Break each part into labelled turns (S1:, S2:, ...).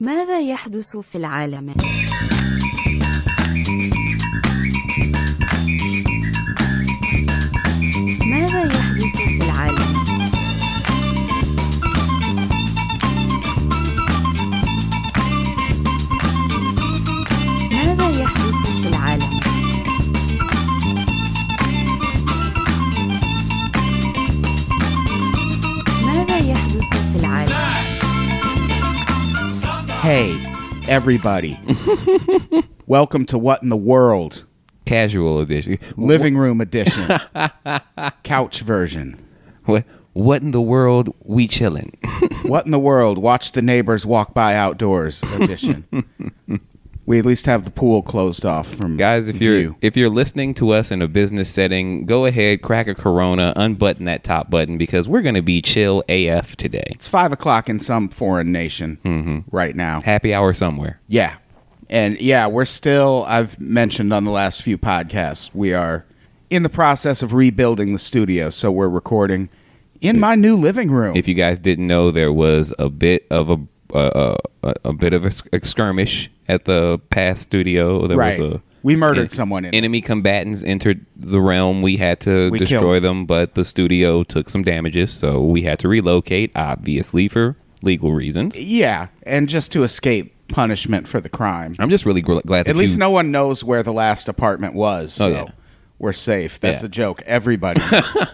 S1: ماذا يحدث في العالم؟ ماذا يحدث في العالم؟ ماذا يحدث في العالم؟ ماذا يحدث في العالم؟
S2: Hey, everybody. Welcome to What in the World
S3: Casual edition.
S2: Living Room Edition, couch version.
S3: What what in the world we chillin'?
S2: What in the World Watch the Neighbors Walk By Outdoors Edition. we at least have the pool closed off from
S3: Guys, if you're
S2: view.
S3: if you're listening to us in a business setting, go ahead, crack a corona, unbutton that top button because we're gonna be chill AF today.
S2: It's five o'clock in some foreign nation
S3: Mm-hmm.
S2: right now.
S3: Happy hour somewhere.
S2: Yeah. And yeah, we're still, I've mentioned on the last few podcasts, we are in the process of rebuilding the studio. So we're recording in my new living room.
S3: If you guys didn't know, there was a bit of a a, a, a bit of a s- a skirmish at the past studio. There
S2: right.
S3: was a
S2: we murdered someone in
S3: enemy combatants entered the realm. We had to
S2: We
S3: destroy
S2: killed-
S3: them, but the studio took some damages, so we had to relocate, obviously for legal reasons.
S2: Yeah, and just to escape punishment for the crime.
S3: I'm just really gl- glad that
S2: At least
S3: you,
S2: no one knows where the last apartment was, so
S3: Oh, yeah.
S2: we're safe. That's
S3: Yeah.
S2: a joke. Everybody, knows.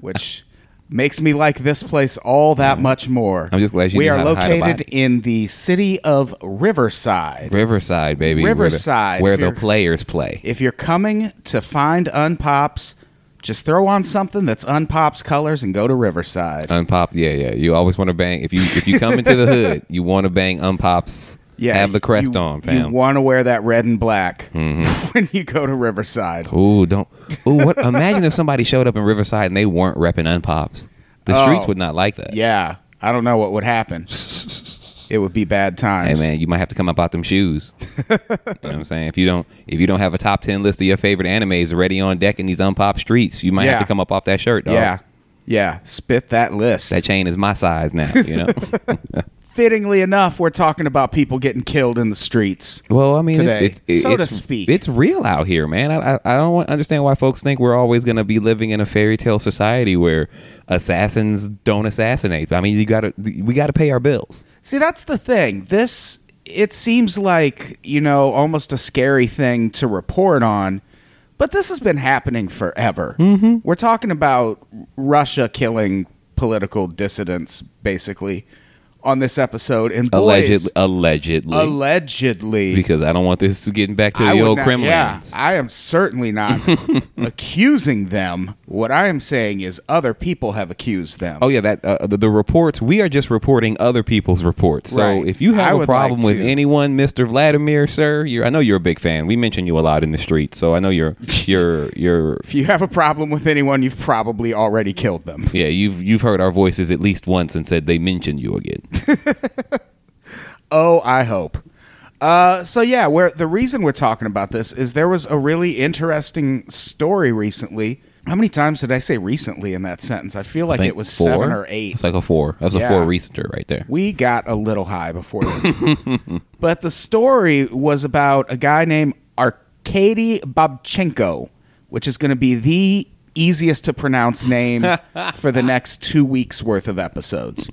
S2: which makes me like this place all that much more.
S3: I'm just glad you
S2: we
S3: knew
S2: are
S3: how to hide a
S2: located
S3: body.
S2: in the city of Riverside.
S3: Riverside, baby, Where the-
S2: Riverside,
S3: where
S2: if
S3: the
S2: you're-
S3: players play.
S2: if you're coming to find Unpops, just throw on something that's Unpops colors and go to Riverside.
S3: Unpop, yeah, yeah. You always want to bang if you if you come into the hood, you want to bang unpops.
S2: yeah,
S3: have the crest
S2: you-
S3: on,
S2: You
S3: fam. Mm-hmm.
S2: want to wear that red and black when you go to Riverside.
S3: Ooh, don't. Ooh, what? imagine if somebody showed up in Riverside and they weren't repping unpops. The streets
S2: Oh.
S3: would not like that.
S2: Yeah, I don't know what would happen. It would be bad
S3: Hey
S2: times.
S3: man, you might have to come up out them shoes. you know what I'm saying? If you don't if you don't have a top ten list of your favorite animes already on deck in these unpopped streets, you might
S2: Yeah.
S3: have to come up off that shirt, dog.
S2: Yeah, yeah. Spit that list.
S3: That chain is my size now, you know?
S2: Fittingly enough, we're talking about people getting killed in the streets.
S3: well, I mean,
S2: Today,
S3: it's, it's,
S2: so to
S3: it's,
S2: speak.
S3: it's real out here, man. I, I, I don't want- understand why folks think we're always going to be living in a fairy tale society where assassins don't assassinate. I mean, you got to we got to pay our bills.
S2: See, that's the thing. This it seems like you know almost a scary thing to report on, but this has been happening forever. Mm-hmm. We're talking about Russia killing political dissidents, basically, on this episode. And boys,
S3: Allegedly, allegedly,
S2: allegedly,
S3: because I don't want this getting back to
S2: I
S3: the
S2: would
S3: old
S2: not-
S3: Kremlin.
S2: Yeah, I am certainly not accusing them. What I am saying is other people have accused them.
S3: Oh yeah, that uh, the, the reports. We are just reporting other people's reports. So
S2: Right.
S3: if you
S2: I
S3: have a
S2: would
S3: problem
S2: like
S3: with
S2: to-
S3: anyone, Mister Vladimir, sir, you're, I know you're a big fan. We mention you a lot in the streets, so I know you're you're you're
S2: If you have a problem with anyone, you've probably already killed them.
S3: yeah. You've you've heard our voices at least once and said they mentioned you again.
S2: Oh, I hope. Uh, so yeah, where the reason we're talking about this is there was a really interesting story recently. How many times did I say recently in that sentence? I feel like
S3: I think
S2: it was
S3: four?
S2: seven or eight.
S3: It's like a four. That was
S2: Yeah.
S3: a four recenter right there.
S2: We got a little high before this. but the story was about a guy named Arkady Babchenko, which is going to be the easiest to pronounce name for the next two weeks worth of episodes.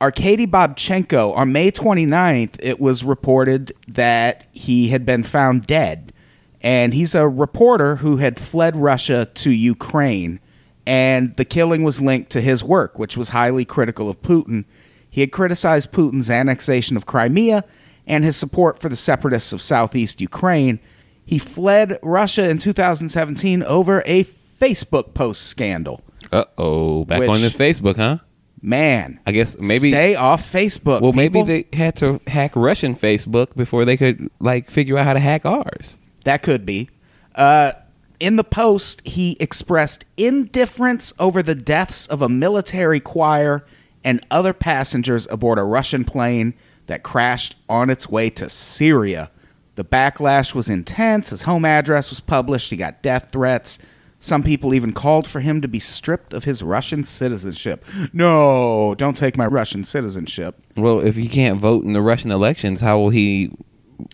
S2: Arkady Babchenko, on May 29th, it was reported that he had been found dead. And he's a reporter who had fled Russia to Ukraine and the killing was linked to his work, which was highly critical of Putin. He had criticized Putin's annexation of Crimea and his support for the separatists of southeast Ukraine. He fled Russia in 2017 over a Facebook post scandal.
S3: Uh oh, back
S2: Which-
S3: on this Facebook, huh?
S2: Man,
S3: I guess maybe
S2: stay off Facebook.
S3: well
S2: people.
S3: maybe they had to hack Russian Facebook before they could like figure out how to hack ours.
S2: That could be. Uh, in the post, he expressed indifference over the deaths of a military choir and other passengers aboard a Russian plane that crashed on its way to Syria. The backlash was intense. His home address was published. He got death threats. Some people even called for him to be stripped of his Russian citizenship. No, don't take my Russian citizenship.
S3: Well, if he can't vote in the Russian elections, how will he?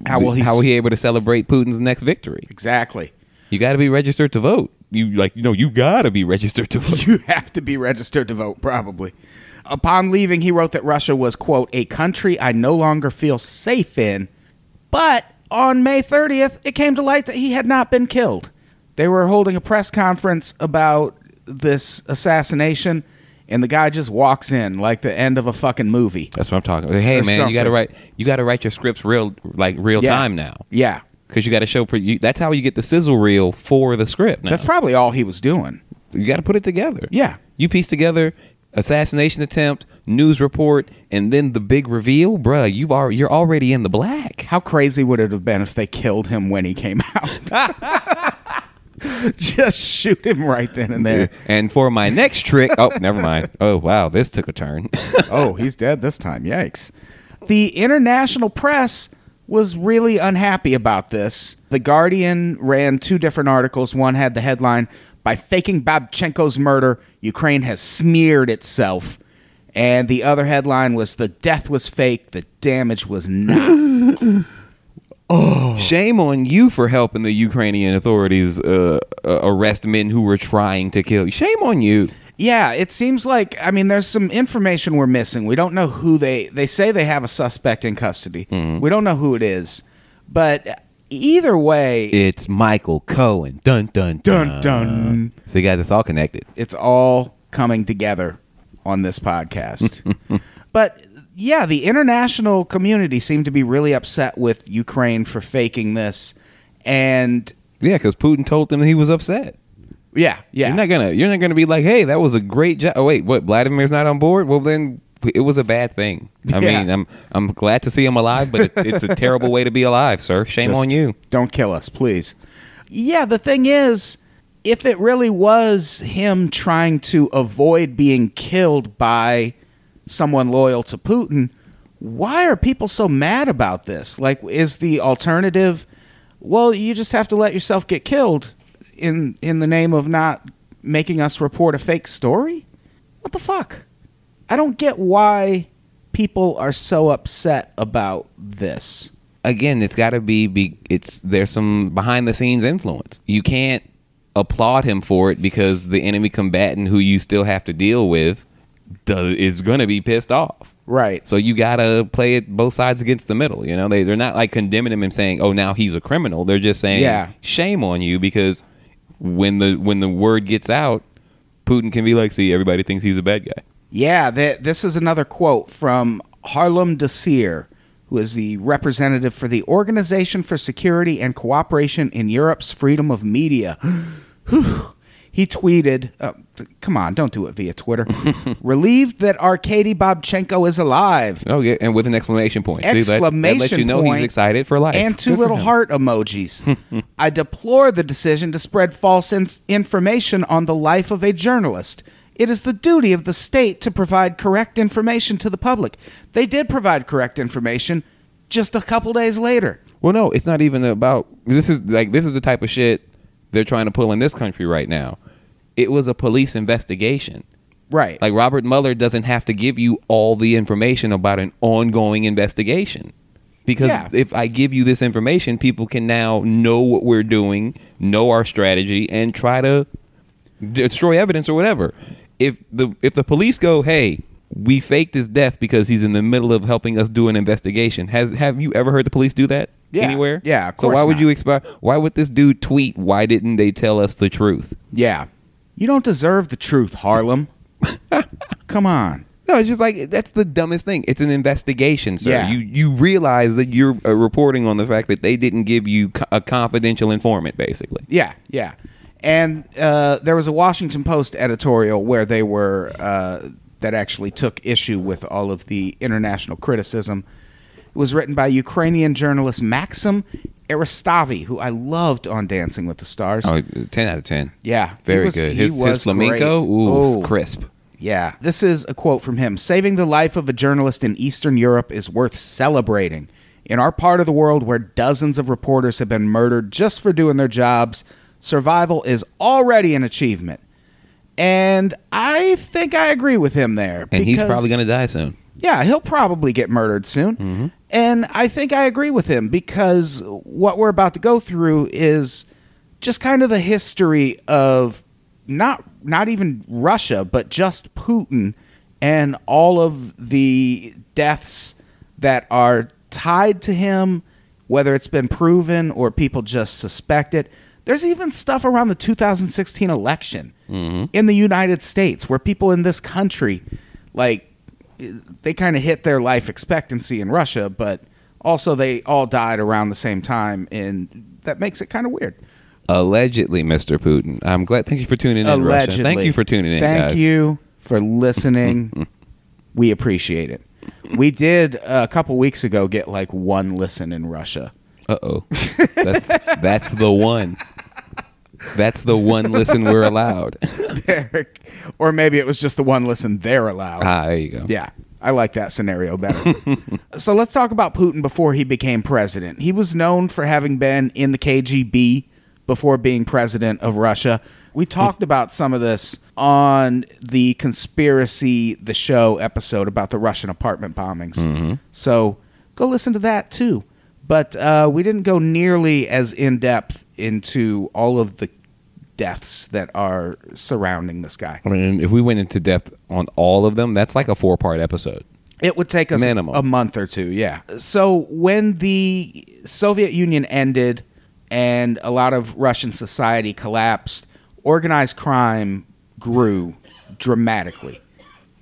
S2: How will he-
S3: How will he able to celebrate Putin's next victory?
S2: Exactly.
S3: You got to be registered to vote. You like you know you got to be registered to vote.
S2: You have to be registered to vote, probably. Upon leaving, he wrote that Russia was, quote, a country I no longer feel safe in. But on May 30th, it came to light that he had not been killed. They were holding a press conference about this assassination, and the guy just walks in like the end of a fucking movie.
S3: That's what I'm talking. about. Hey
S2: Or
S3: man, you got to
S2: something.
S3: write you got to write your scripts real like real
S2: Yeah.
S3: time now
S2: Yeah.
S3: because you got to show. pre- You, that's how you get the sizzle reel for the script. Now.
S2: That's probably all he was doing.
S3: you got to put it together.
S2: Yeah.
S3: You piece together assassination attempt, news report, and then the big reveal, bruh. You've are you're already in the black.
S2: How crazy would it have been if they killed him when he came out? Just shoot him right then and there.
S3: And for my next trick, oh, never mind. Oh, wow, this took a turn.
S2: oh, he's dead this time. Yikes. The international press was really unhappy about this. The Guardian ran two different articles. One had the headline By faking Babchenko's murder, Ukraine has smeared itself. And the other headline was The death was fake, the damage was not. Oh.
S3: Shame on you for helping the Ukrainian authorities uh, uh, arrest men who were trying to kill you. Shame on you.
S2: yeah, it seems like, I mean, there's some information we're missing. We don't know who they, they say they have a suspect in custody. We don't know who it is. But either way,
S3: It's Michael Cohen. Dun dun
S2: Dun, dun.
S3: So guys, it's all connected.
S2: it's all coming together on this podcast. but yeah, the international community seemed to be really upset with Ukraine for faking this. And
S3: Yeah, because Putin told them he was upset.
S2: yeah, yeah.
S3: You're not gonna you're not gonna be like, hey, that was a great job. Oh wait, what? Vladimir's not on board. Well then, it was a bad thing. I
S2: Yeah.
S3: mean, I'm I'm glad to see him alive, but it, it's a terrible way to be alive, sir. Shame
S2: Just
S3: on you.
S2: Don't kill us, please. Yeah, the thing is, if it really was him trying to avoid being killed by someone loyal to Putin, why are people so mad about this? Like, is the alternative, well, you just have to let yourself get killed in in the name of not making us report a fake story? What the fuck? I don't get why people are so upset about this.
S3: Again, it's got to be, be it's there's some behind the scenes influence. You can't applaud him for it because the enemy combatant who you still have to deal with does, is gonna be pissed off.
S2: Right.
S3: So you gotta play it both sides against the middle. You know, they they're not like condemning him and saying, "Oh, now he's a criminal." They're just saying,
S2: Yeah.
S3: shame on you," because when the when the word gets out, Putin can be like, "See, everybody thinks he's a bad guy."
S2: Yeah, th- this is another quote from Harlem Desir, who is the representative for the Organization for Security and Cooperation in Europe's Freedom of Media. Whew. he tweeted, uh, th- come on, don't do it via Twitter. Relieved that Arkady Bobchenko is alive.
S3: Oh yeah, and with an exclamation point. See, that, that
S2: Exclamation
S3: lets you know
S2: point
S3: he's excited for life.
S2: and two
S3: Good for
S2: little
S3: him.
S2: heart emojis. I deplore the decision to spread false in- information on the life of a journalist. It is the duty of the state to provide correct information to the public. They did provide correct information just a couple days later.
S3: Well, no, it's not even about this is like this is the type of shit they're trying to pull in this country right now. It was a police investigation.
S2: Right.
S3: Like Robert Mueller doesn't have to give you all the information about an ongoing investigation. Because
S2: Yeah.
S3: if I give you this information, people can now know what we're doing, know our strategy, and try to destroy evidence or whatever. If the if the police go, hey, we faked his death because he's in the middle of helping us do an investigation. Has have you ever heard the police do that
S2: Yeah.
S3: anywhere?
S2: Yeah, of
S3: so why
S2: course
S3: would
S2: not.
S3: you expect? Why would this dude tweet? Why didn't they tell us the truth?
S2: yeah. You don't deserve the truth, Harlem. Come on.
S3: No, it's just like that's the dumbest thing. It's an investigation, sir.
S2: Yeah.
S3: You you realize that you're uh, reporting on the fact that they didn't give you co- a confidential informant, basically.
S2: Yeah, yeah. And uh, there was a Washington Post editorial where they were uh, that actually took issue with all of the international criticism. It was written by Ukrainian journalist Maxim Aristavi, who I loved on Dancing with the Stars.
S3: Oh, 10 out of ten.
S2: Yeah, he
S3: very
S2: was-
S3: good.
S2: he
S3: His,
S2: was
S3: his flamenco,
S2: great.
S3: ooh, it's
S2: Oh.
S3: crisp.
S2: Yeah. This is a quote from him Saving the life of a journalist in Eastern Europe is worth celebrating. In our part of the world where dozens of reporters have been murdered just for doing their jobs, survival is already an achievement. And I think I agree with him there.
S3: and he's
S2: because-
S3: probably going to die soon.
S2: yeah, he'll probably get murdered soon. And I think I agree with him because what we're about to go through is just kind of the history of not not even Russia, but just Putin and all of the deaths that are tied to him, whether it's been proven or people just suspect it. There's even stuff around the 2016 election in the United States where people in this country like they kind of hit their life expectancy in Russia, but also they all died around the same time, and that makes it kind of weird.
S3: Allegedly, Mr. Putin. I'm glad. Thank you for tuning in, Russia. Thank you for tuning in,
S2: Thank
S3: guys.
S2: you for listening. we appreciate it. We did uh, a couple weeks ago get like one listen in Russia.
S3: Uh oh. That's, that's the one. That's the one listen we're allowed.
S2: or maybe it was just the one listen they're allowed.
S3: Ah, there you go.
S2: Yeah, I like that scenario better. so let's talk about Putin before he became president. He was known for having been in the KGB before being president of Russia. We talked about some of this on the conspiracy the show episode about the Russian apartment bombings. So go listen to that too. But uh, we didn't go nearly as in depth into all of the deaths that are surrounding this guy.
S3: I mean, if we went into depth on all of them, that's like a four part episode.
S2: It would take us
S3: Minimum.
S2: a month or two, yeah. So when the Soviet Union ended and a lot of Russian society collapsed, organized crime grew dramatically.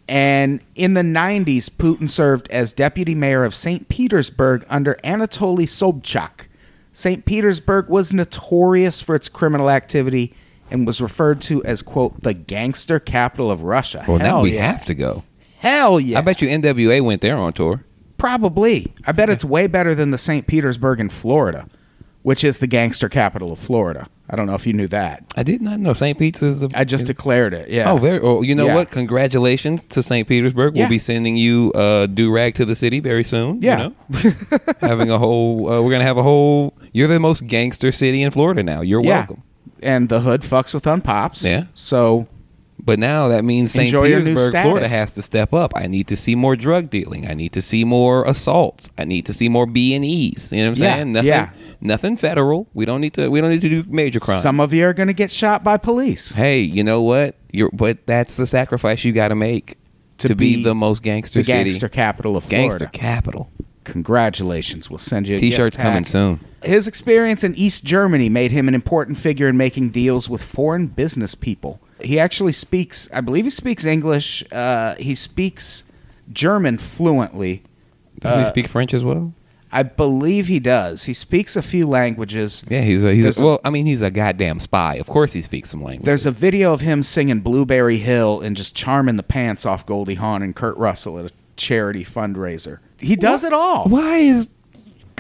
S2: And in the 90s, Putin served as deputy mayor of St. Petersburg under Anatoly Sobchak. St. Petersburg was notorious for its criminal activity and was referred to as, quote, the gangster capital of Russia.
S3: Well, now
S2: Hell
S3: we
S2: yeah.
S3: have to go.
S2: Hell yeah.
S3: I bet you NWA went there on tour.
S2: Probably. I bet it's way better than the St. Petersburg in Florida, which is the gangster capital of Florida. I don't know if you knew that.
S3: I did not know St. Pete's is. A,
S2: I just
S3: is,
S2: declared it. Yeah.
S3: oh, very. Oh, you know
S2: Yeah.
S3: what? Congratulations to St. Petersburg.
S2: Yeah.
S3: We'll be sending you uh, do rag to the city very soon. you
S2: Yeah.
S3: know? Having a whole. Uh, we're gonna have a whole. You're the most gangster city in Florida now. You're
S2: yeah.
S3: welcome.
S2: And the hood fucks with unpops.
S3: Yeah.
S2: So
S3: But now that means St.
S2: Enjoy your new
S3: Petersburg, Florida
S2: status.
S3: has to step up. I need to see more drug dealing. I need to see more assaults. I need to see more B and E's. You know what I'm
S2: Yeah,
S3: saying? Nothing,
S2: yeah.
S3: nothing federal. We don't need to. We don't need to do major crimes.
S2: some of you are going to get shot by police.
S3: hey, you know what? You're, but that's the sacrifice you got to make
S2: To
S3: to, be,
S2: be
S3: the most gangster
S2: The
S3: city,
S2: gangster capital of Florida.
S3: gangster capital.
S2: Congratulations. We'll send you a gift
S3: T-shirts coming
S2: pack.
S3: soon.
S2: His experience in East Germany made him an important figure in making deals with foreign business people. He actually speaks, I believe he speaks English. Uh, he speaks German fluently.
S3: Doesn't
S2: Uh,
S3: he speak French as well?
S2: I believe he does. He speaks a few languages.
S3: Yeah, he's a, he's
S2: there's
S3: a,
S2: a-
S3: well. I mean, he's a goddamn spy. Of course, he speaks some language.
S2: There's a video of him singing Blueberry Hill and just charming the pants off Goldie Hawn and Kurt Russell at a charity fundraiser. He does it all.
S3: Why is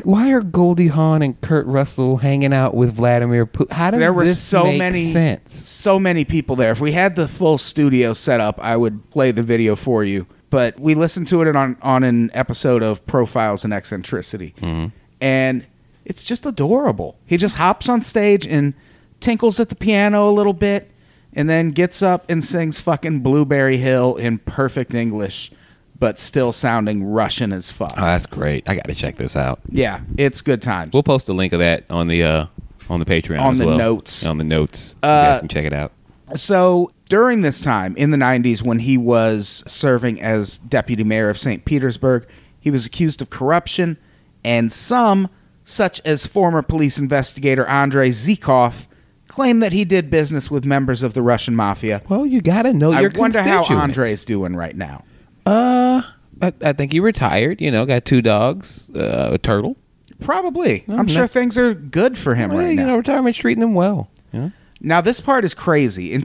S3: why are Goldie Hawn and Kurt Russell hanging out with Vladimir Putin? How does
S2: there were
S3: this
S2: so
S3: make
S2: many
S3: sense?
S2: so many people there. If we had the full studio set up, I would play the video for you. But we listened to it on on an episode of Profiles and Eccentricity,
S3: Mm-hmm.
S2: and it's just adorable. He just hops on stage and tinkles at the piano a little bit, and then gets up and sings fucking Blueberry Hill in perfect English, but still sounding Russian as fuck.
S3: Oh, that's great. I got to check this out.
S2: yeah, it's good times.
S3: We'll post a link of that on the uh on the Patreon
S2: On
S3: as
S2: the
S3: well.
S2: notes.
S3: on the notes. You
S2: Uh,
S3: guys can check it out.
S2: So during this time in the 90s, when he was serving as deputy mayor of St. Petersburg, he was accused of corruption, and some, such as former police investigator Andrei Zikov, claim that he did business with members of the Russian mafia.
S3: Well, you got to know
S2: I
S3: your
S2: wonder how
S3: constituents.
S2: Andrei's doing right now.
S3: Uh, I, I think he retired. You know, got two dogs, uh, a turtle.
S2: Probably. I'm
S3: no.
S2: sure things are good for him
S3: Well,
S2: right
S3: you
S2: now.
S3: know, retirement's treating them well. Yeah.
S2: Now, this part is crazy. In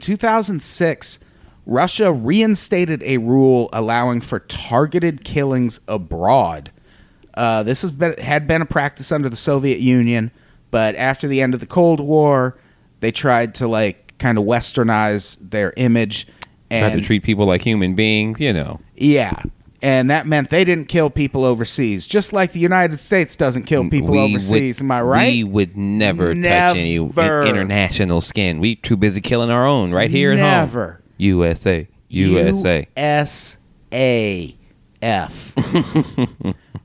S2: 2006, Russia reinstated a rule allowing for targeted killings abroad. Uh, this has been, had been a practice under the Soviet Union, but after the end of the Cold War, they tried to like kind of westernize their image and
S3: Tried to treat people like human beings. You know,
S2: yeah. and that meant they didn't kill people overseas, just like the United States doesn't kill people
S3: We
S2: overseas.
S3: would-
S2: am I right?
S3: We would never, touch any
S2: Never.
S3: international skin. We too busy killing our own right here at home.
S2: Never.
S3: USA. USA.
S2: U.S.A.F.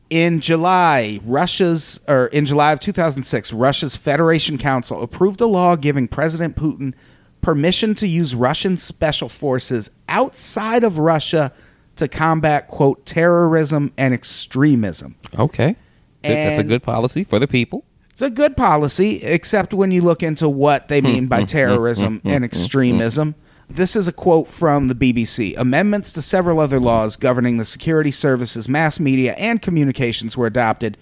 S2: in July, Russia's or in July of 2006, Russia's Federation Council approved a law giving President Putin permission to use Russian special forces outside of Russia to combat quote terrorism and extremism.
S3: Okay. Th- That's a
S2: And-
S3: good policy for the people.
S2: It's a good policy, except when you look into what they mean by terrorism and extremism. This is a quote from the BBC. Amendments to several other laws governing the security services, mass media, and communications were adopted.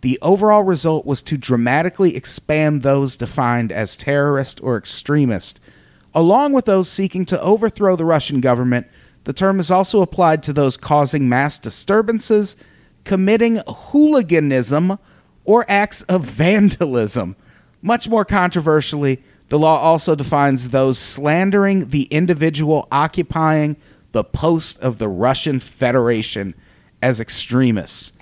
S2: The overall result was to dramatically expand those defined as terrorist or extremist. Along with those seeking to overthrow the Russian government, the term is also applied to those causing mass disturbances, committing hooliganism, or acts of vandalism. Much more controversially, the law also defines those slandering the individual occupying the post of the Russian Federation as extremists.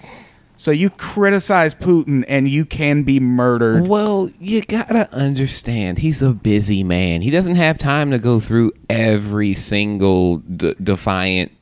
S2: So you criticize Putin and you can be murdered.
S3: Well, you gotta understand, he's a busy man. He doesn't have time to go through every single d- defiant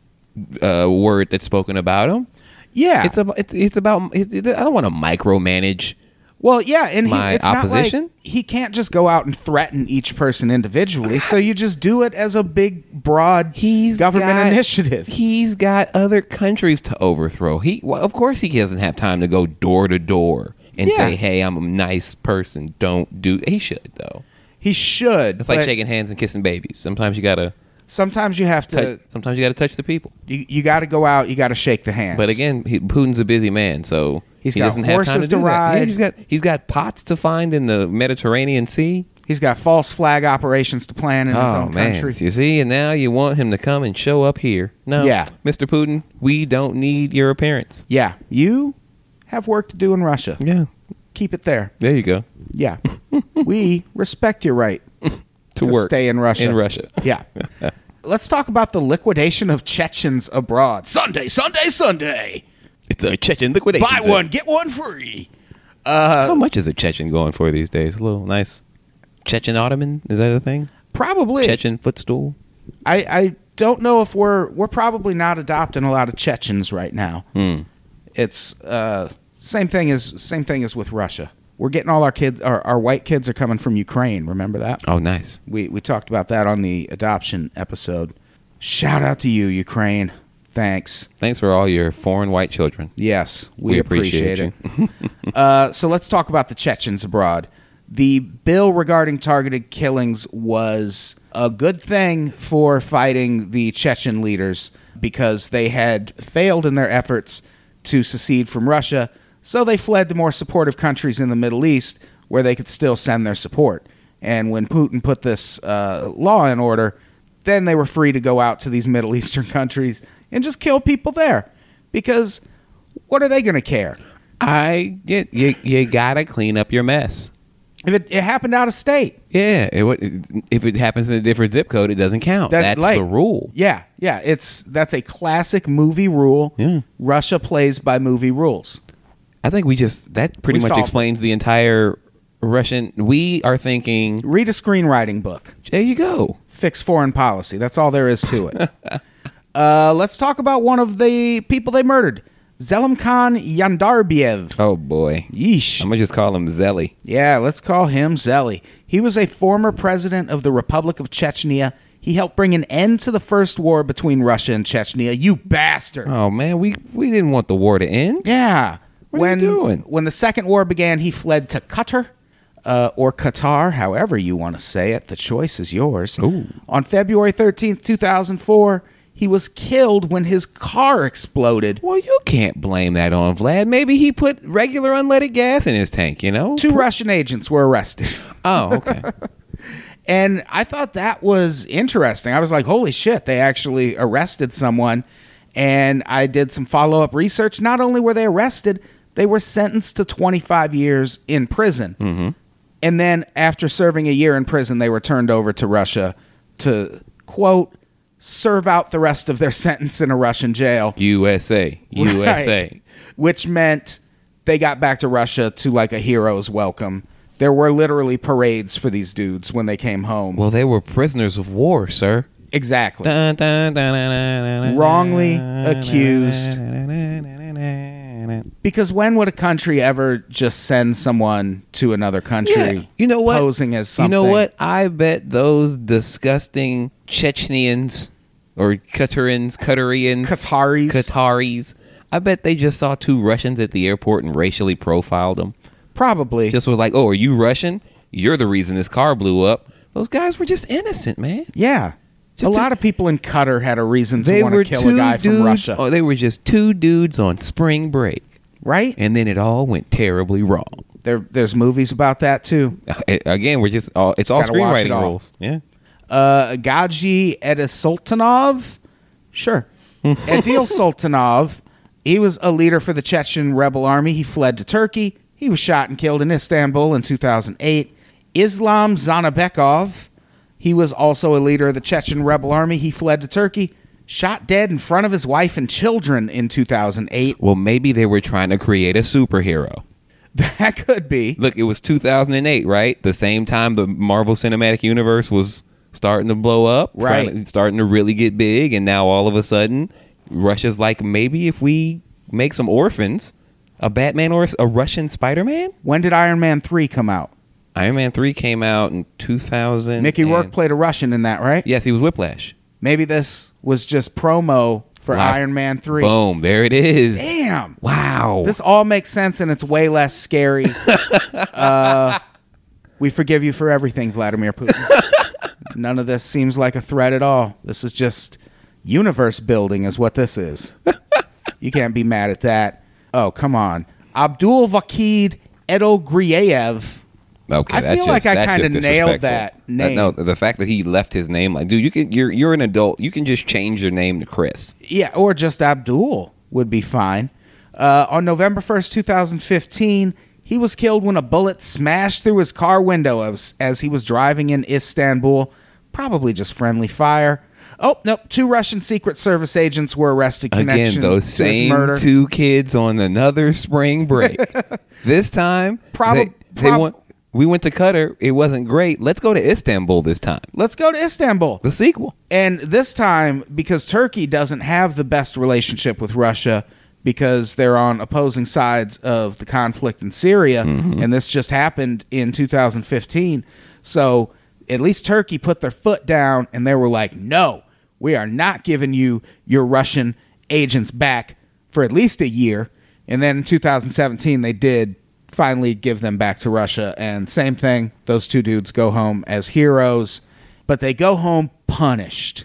S3: uh, word that's spoken about him.
S2: Yeah.
S3: It's about. It's, it's about. It's, it- I don't want to micromanage.
S2: Well, yeah, and he,
S3: My
S2: it's not
S3: opposition?
S2: like he can't just go out and threaten each person individually. So you just do it as a big, broad
S3: He's
S2: government
S3: got-
S2: initiative.
S3: He's got other countries to overthrow. He, well, of course, he doesn't have time to go door to door and
S2: Yeah.
S3: say, "Hey, I'm a nice person." Don't do. He should though.
S2: he should.
S3: It's like
S2: but
S3: shaking hands and kissing babies. Sometimes you gotta.
S2: Sometimes you have
S3: tou-
S2: to.
S3: sometimes you gotta touch the people.
S2: you you got to go out. You got to shake the hands.
S3: But again, he, Putin's a busy man, so
S2: He's
S3: he
S2: got
S3: doesn't have time
S2: horses
S3: to, do
S2: to
S3: that. Yeah,
S2: ride.
S3: he's got he's got pots to find in the Mediterranean Sea.
S2: he's got false flag operations to plan in his
S3: Oh
S2: own
S3: man,
S2: country.
S3: you see, and now you want him to come and show up here. No,
S2: Yeah.
S3: Mr. Putin, we don't need your appearance.
S2: Yeah, you have work to do in Russia.
S3: Yeah,
S2: Keep it there.
S3: there you go
S2: Yeah, we respect your right
S3: to,
S2: To
S3: work.
S2: stay in Russia.
S3: In Russia.
S2: Yeah. Let's talk about the liquidation of Chechens abroad. Sunday, Sunday, Sunday.
S3: It's a Chechen liquidation.
S2: Buy one, get one free.
S3: How much is a Chechen going for these days? A little nice Chechen ottoman. Is that a thing?
S2: Probably.
S3: Chechen footstool.
S2: I, I don't know if we're we're probably not adopting a lot of Chechens right now.
S3: Hmm.
S2: It's uh, same thing as same thing as with Russia. We're getting all our kids our, our white kids are coming from Ukraine, remember that?
S3: Oh, nice.
S2: We we talked about that on the adoption episode. Shout out to you, Ukraine. Thanks.
S3: Thanks for all your foreign white children.
S2: Yes, we,
S3: We
S2: appreciate,
S3: appreciate
S2: it. uh, so let's talk about the Chechens abroad. The bill regarding targeted killings was a good thing for fighting the Chechen leaders because they had failed in their efforts to secede from Russia, so they fled to more supportive countries in the Middle East where they could still send their support. And when Putin put this uh, law in order, then they were free to go out to these Middle Eastern countries and just kill people there because what are they going to care?
S3: I you, you, you gotta clean up your mess.
S2: If it, it happened out of state,
S3: Yeah, it, would- if it happens in a different zip code, it doesn't count.
S2: that-
S3: That's
S2: like-
S3: the rule.
S2: Yeah, yeah, it's that's a classic movie rule.
S3: Yeah.
S2: Russia plays by movie rules.
S3: I think we just that pretty
S2: We
S3: much
S2: solved it.
S3: explains the entire Russian. We are thinking.
S2: Read a screenwriting book.
S3: There you go.
S2: Fix foreign policy. That's all there is to it. uh, let's talk about one of the people they murdered, Zelimkhan Yandarbiev.
S3: Oh boy,
S2: Yeesh.
S3: I'm gonna just call him Zelly.
S2: Yeah, let's call him Zeli. He was a former president of the Republic of Chechnya. He helped bring an end to the first war between Russia and Chechnya. You bastard.
S3: Oh man, we we didn't want the war to end.
S2: Yeah.
S3: What are you
S2: when,
S3: doing?
S2: When the second war began, he fled to Qatar uh, or Qatar, however you want to say it. The choice is yours.
S3: Ooh.
S2: On February 13th, 2004, he was killed when his car exploded.
S3: Well, you can't blame that on Vlad. Maybe he put regular unleaded gas in his tank. You know.
S2: Two Russian agents were arrested.
S3: Oh, okay.
S2: And I thought that was interesting. I was like, holy shit, they actually arrested someone. And I did some follow up research. Not only were they arrested, they were sentenced to 25 years in prison. And then after serving a year in prison, they were turned over to Russia to, quote, serve out the rest of their sentence in a Russian jail.
S3: USA, USA.
S2: Right. Which meant they got back to Russia to like a hero's welcome. There were literally parades for these dudes when they came home.
S3: Well, they were prisoners of war, sir.
S2: exactly.
S3: Dun, dun, dun, dun, dun, dun,
S2: Wrongly
S3: dun,
S2: accused.
S3: dun, dun, dun, dun, dun.
S2: Because when would a country ever just send someone to another country?
S3: Yeah. You know what?
S2: Posing as something.
S3: You know what? I bet those disgusting Chechnyans or Qatarans, Qatarians,
S2: Qataris.
S3: Qataris. I bet they just saw two Russians at the airport and racially profiled them.
S2: Probably.
S3: Just was like, "Oh, are you Russian? You're the reason this car blew up." Those guys were just innocent, man.
S2: yeah.
S3: Just
S2: a
S3: to-
S2: lot of people in Qatar had a reason to
S3: They
S2: want
S3: were
S2: to kill
S3: two
S2: a guy
S3: dudes.
S2: from Russia.
S3: Oh, they were just two dudes on spring break,
S2: right?
S3: and then it all went terribly wrong.
S2: There, there's movies about that too.
S3: Again, we're just all, it's all
S2: Gotta watch
S3: screenwriting
S2: it all.
S3: rules. Yeah.
S2: uh, Gaji Edisultanov. Sure. Adil Sultanov, he was a leader for the Chechen rebel army. He fled to Turkey. He was shot and killed in Istanbul in 2008. Islam Zanabekov, he was also a leader of the Chechen rebel army. He fled to Turkey, shot dead in front of his wife and children in 2008.
S3: Well, maybe they were trying to create a superhero.
S2: That could be.
S3: Look, it was 2008, right? The same time the Marvel Cinematic Universe was starting to blow up,
S2: Right.
S3: trying to- starting to really get big, and now all of a sudden, Russia's like, maybe if we make some orphans, a Batman or a s- a Russian Spider-Man.
S2: When did Iron Man 3 come out?
S3: Iron Man three came out in 2000.
S2: Mickey
S3: and-
S2: Rourke played a Russian in that, right?
S3: Yes, he was Whiplash.
S2: Maybe this was just promo for
S3: Wow.
S2: Iron Man 3.
S3: Boom! There it is.
S2: Damn.
S3: Wow.
S2: This all makes sense and it's way less scary. uh, we forgive you for everything, Vladimir Putin. None of this seems like a threat at all. This is just universe building, is what this is. you can't be mad at that. Oh, come on. Abdul Vakid Edogriev.
S3: Okay,
S2: I
S3: that's
S2: feel
S3: just,
S2: like I
S3: that's just
S2: kinda nailed
S3: disrespectful.
S2: that
S3: Uh, No, the fact that he left his name, like, dude, you can you're you're an adult. You can just change your name to Chris.
S2: Yeah, or just Abdul would be fine. Uh, on November 1st, 2015, he was killed when a bullet smashed through his car window as, as he was driving in Istanbul. Probably just friendly fire. Oh, nope. Two Russian Secret Service agents were arrested. Connection
S3: Again, those
S2: to his
S3: same
S2: murder.
S3: two kids on another spring break. this time,
S2: Prob-
S3: they, they
S2: prob-
S3: want- we went to Qatar. It wasn't great. Let's go to Istanbul this time.
S2: Let's go to Istanbul.
S3: The sequel.
S2: And this time, because Turkey doesn't have the best relationship with Russia because they're on opposing sides of the conflict in Syria, and this just happened in 2015. So at least Turkey put their foot down and they were like, no, we are not giving you your Russian agents back for at least a year. And then in 2017, they did finally give them back to Russia. And same thing, those two dudes go home as heroes, but they go home punished.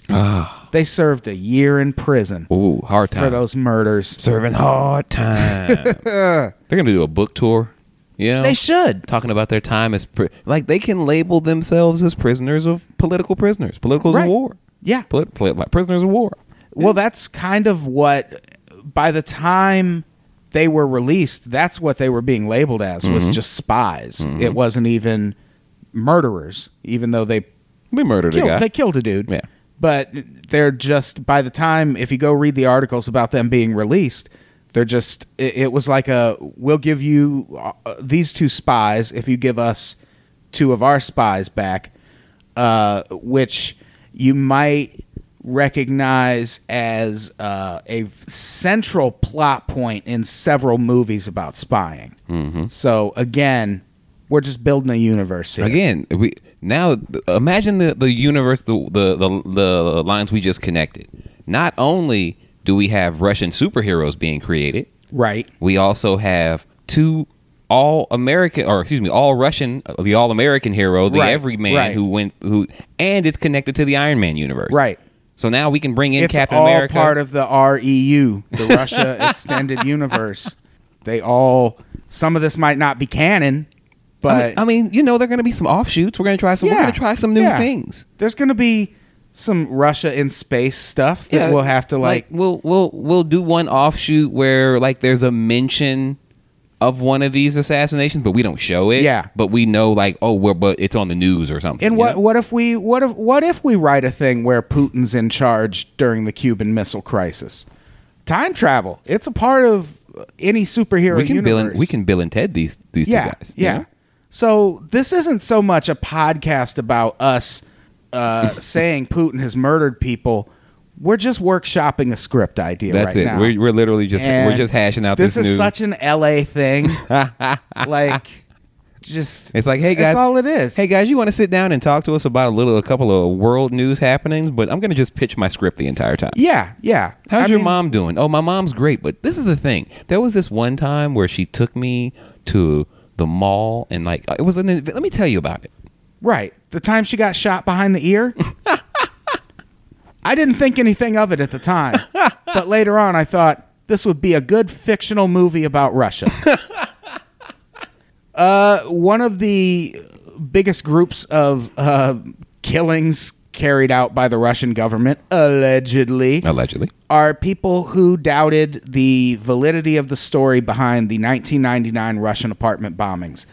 S2: They served a year in prison
S3: Ah. Ooh, hard time.
S2: for those murders.
S3: Serving hard time. They're gonna do a book tour. You know?
S2: They should.
S3: talking about their time as pri- like they can label themselves as prisoners of political prisoners, political
S2: Right.
S3: war.
S2: Yeah.
S3: Poli- poli- like prisoners of war.
S2: Well, that's kind of what, by the time they were released, that's what they were being labeled as
S3: Mm-hmm.
S2: was just spies. It wasn't even murderers, even though they
S3: We murdered a guy.
S2: killed, they killed a dude.
S3: Yeah.
S2: But they're just by the time if you go read the articles about them being released, they're just it, it was like a we'll give you uh, these two spies if you give us two of our spies back, uh, which you might recognize as uh, a f- central plot point in several movies about spying.
S3: Mm-hmm.
S2: So again, we're just building a universe here.
S3: Again, we now th- imagine the, the universe, the, the the the lines we just connected. Not only do we have Russian superheroes being created,
S2: Right.
S3: we also have two all American, or excuse me, all Russian, uh, the all American hero, the
S2: Right,
S3: everyman
S2: right.
S3: who went who, and it's connected to the Iron Man universe,
S2: Right.
S3: So now we can bring in
S2: it's
S3: Captain
S2: all
S3: America.
S2: part of the REU, the Russia Extended Universe. They all. Some of this might not be canon,
S3: I
S2: but
S3: mean, um, I mean, you know, there are going to be some offshoots. We're going to try some. We're going to try some new
S2: yeah.
S3: things.
S2: There's going to be some Russia in space stuff that
S3: Yeah,
S2: we'll have to like.
S3: We'll we'll we'll do one offshoot where like there's a mention of one of these assassinations, but we don't show it.
S2: Yeah.
S3: But we know like, oh, we're but it's on the news or something.
S2: And
S3: you
S2: what
S3: know?
S2: what if we what if what if we write a thing where Putin's in charge during the Cuban Missile Crisis? Time travel. It's a part of any superhero
S3: we can
S2: universe.
S3: Bill and we can Bill and Ted these these
S2: yeah,
S3: two guys. you
S2: yeah.
S3: know?
S2: So this isn't so much a podcast about us uh, saying Putin has murdered people. We're just workshopping a script idea
S3: That's
S2: right
S3: it.
S2: now.
S3: We're, we're literally just we're
S2: And
S3: just hashing out this,
S2: is
S3: news.
S2: such an LA thing. like, just
S3: It's like, hey guys,
S2: That's all it is.
S3: Hey guys, you want to sit down and talk to us about a little, a couple of world news happenings? But I'm gonna just pitch my script the entire time.
S2: Yeah, yeah. I
S3: How's your
S2: mean,
S3: mom doing? Oh, my mom's great. But this is the thing. There was this one time where she took me to the mall and like uh, it was an. ev- Let me tell you about it.
S2: Right. The time she got shot behind the ear. I didn't think anything of it at the time. But later on, I thought this would be a good fictional movie about Russia. uh, one of the biggest groups of uh, killings carried out by the Russian government, allegedly,
S3: Allegedly,
S2: are people who doubted the validity of the story behind the 1999 Russian apartment bombings.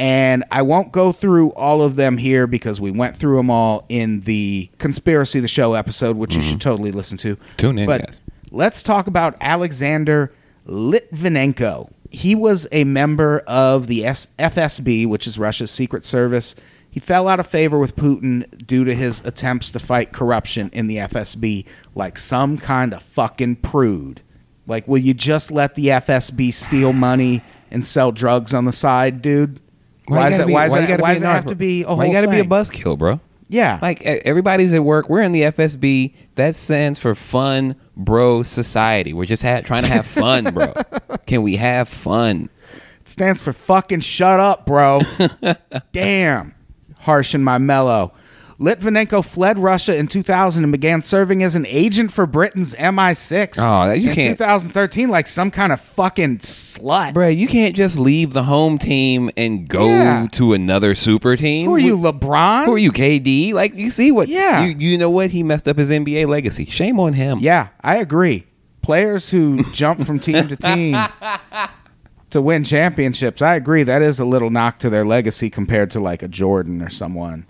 S2: And I won't go through all of them here because we went through them all in the Conspiracy the Show episode, which you should totally listen to.
S3: Mm-hmm. Tune in,
S2: but
S3: guys.
S2: Let's talk about Alexander Litvinenko. He was a member of the S- FSB, which is Russia's secret service. He fell out of favor with Putin due to his attempts to fight corruption in the FSB like some kind of fucking prude. Like, will you just let the FSB steal money and sell drugs on the side, dude? Why,
S3: you
S2: is
S3: gotta
S2: that?
S3: be-
S2: Why, is
S3: you
S2: that-
S3: gotta
S2: why
S3: be
S2: does
S3: an
S2: it have
S3: offer-
S2: to be a whole
S3: Why you gotta be a
S2: thing?
S3: buzzkill, bro?
S2: Yeah.
S3: Like e- everybody's at work. We're in the FSB. That stands for Fun Bro Society. We're just ha- trying to have fun, bro. Can we have fun?
S2: stands for fucking shut up, bro. Damn. Harsh and my mellow. Litvinenko fled Russia in 2000 and began serving as an agent for Britain's MI6.
S3: Oh, that- you
S2: in
S3: can't-
S2: 2013, like some kind of fucking slut.
S3: Bro, you can't just leave the home team and go
S2: Yeah.
S3: to another super team.
S2: Who are you,
S3: We-
S2: LeBron?
S3: Who are you, KD? Like you see what?
S2: Yeah.
S3: You, you know what? He messed up his NBA legacy. Shame on him.
S2: Yeah, I agree. Players who jump from team to team to win championships, I agree. That is a little knock to their legacy compared to like a Jordan or someone.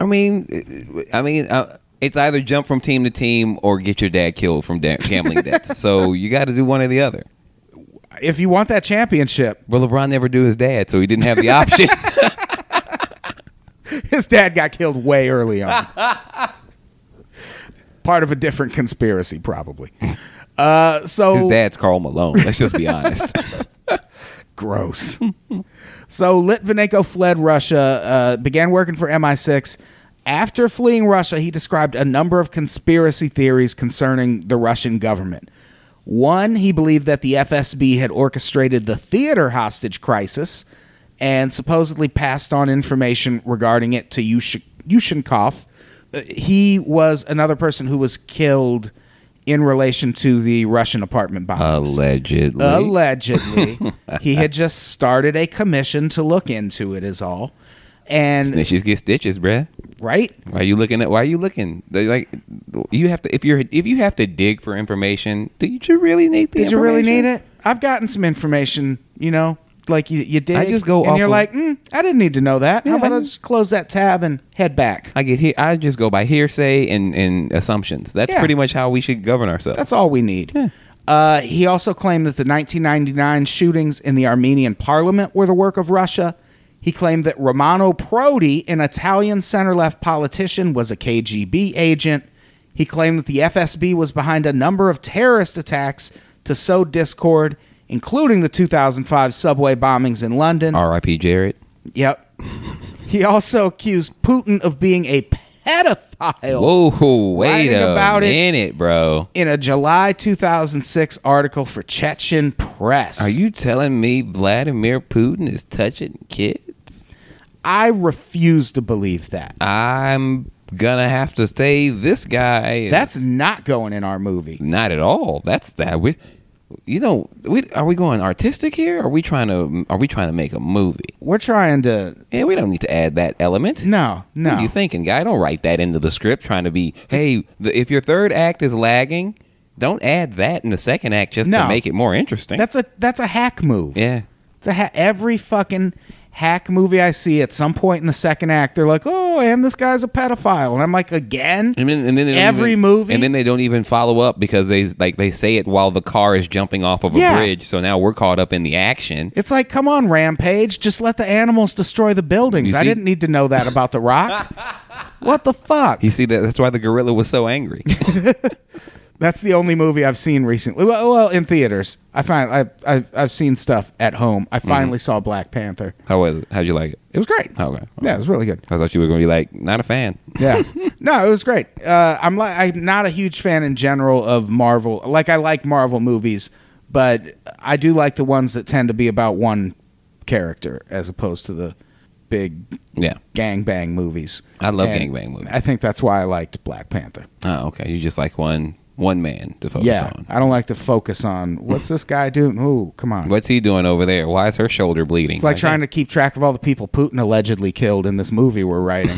S3: I mean, it- I mean, uh, it's either jump from team to team or get your dad killed from da- gambling debts. so you got to do one or the other.
S2: If you want that championship,
S3: Well, LeBron never do his dad, so he didn't have the option.
S2: His dad got killed way early on. Part of a different conspiracy, probably. Uh, so
S3: his dad's Carl Malone. Let's just be honest.
S2: gross. so Litvinenko fled Russia, uh, began working for MI6. After fleeing Russia, he described a number of conspiracy theories concerning the Russian government. One, he believed that the FSB had orchestrated the theater hostage crisis and supposedly passed on information regarding it to Yush- Yushchenkov. Uh, He was another person who was killed in relation to the Russian apartment bombings.
S3: Allegedly.
S2: Allegedly, he had just started a commission to look into it. Is all, and
S3: Snitches get stitches, bruh.
S2: right,
S3: Why are you looking at? Why are you looking? They, Like you have to if you're if you have to dig for information. Did you really need? The
S2: did you really
S3: information?
S2: need it? I've gotten some information, you know, like you you did.
S3: just go
S2: and
S3: off
S2: you're
S3: of-
S2: like, mm, I didn't need to know that.
S3: Yeah,
S2: How about
S3: I
S2: I
S3: didn't-
S2: just close that tab and head back?
S3: I get here. I just go by hearsay and, and assumptions. That's
S2: Yeah.
S3: pretty much how we should govern ourselves.
S2: That's all we need. Uh, he also claimed that the 1999 shootings in the Armenian parliament were the work of Russia. He claimed that Romano Prodi, an Italian center left politician, was a KGB agent. He claimed that the FSB was behind a number of terrorist attacks to sow discord, including the 2005 subway bombings in London.
S3: R.I.P. Jared.
S2: Yep. he also accused Putin of being a pedophile.
S3: Whoa, wait
S2: Writing
S3: a
S2: about it-
S3: minute, bro.
S2: in a July 2006 article for Chechen Press.
S3: Are you telling me Vladimir Putin is touching kids?
S2: I refuse to believe that.
S3: I'm gonna have to say this guy. is
S2: That's not going in our movie.
S3: not at all. That's that we. You know, we are we going artistic here? Are we trying to are we trying to make a movie?
S2: We're trying to.
S3: Yeah, we don't need to add that element.
S2: No, no.
S3: What are you thinking, guy? Don't write that into the script trying to be, hey, the, if your third act is lagging, don't add that in the second act just
S2: No.
S3: to make it more interesting.
S2: That's a that's a hack move.
S3: yeah.
S2: It's a ha- every fucking hack movie I see at some point in the second act, they're like, "Oh, and this guy's a pedophile," and I'm like, "Again?"
S3: I mean, and then they don't
S2: Every
S3: even-
S2: movie?
S3: and then they don't even follow up because they like they say it while the car is jumping off of a
S2: Yeah.
S3: bridge. So now we're caught up in the action.
S2: It's like, come on, Rampage, just let the animals destroy the buildings.
S3: You
S2: I
S3: see-
S2: didn't need to know that about The Rock. what the fuck?
S3: You see that? That's why the gorilla was so angry.
S2: That's the only movie I've seen recently. Well, well in theaters, I find I, I've I've seen stuff at home.
S3: Mm-hmm.
S2: I finally saw Black Panther.
S3: How was it? How'd you like it?
S2: It was great.
S3: Okay.
S2: Yeah, it was really good.
S3: I thought you were going to be like, not a fan.
S2: Yeah, no, it was great. Uh, I'm like I'm not a huge fan in general of Marvel. Like I like Marvel movies, but I do like the ones that tend to be about one character as opposed to the big
S3: Yeah.
S2: gangbang movies.
S3: I love
S2: And
S3: gangbang movies.
S2: I think that's why I liked Black Panther.
S3: Oh, okay. You just like one one man to focus
S2: yeah,
S3: on.
S2: I don't like to focus on what's this guy doing. Ooh, come on.
S3: What's he doing over there? Why is her shoulder bleeding?
S2: It's like trying to keep track of all the people Putin allegedly killed in this movie we're writing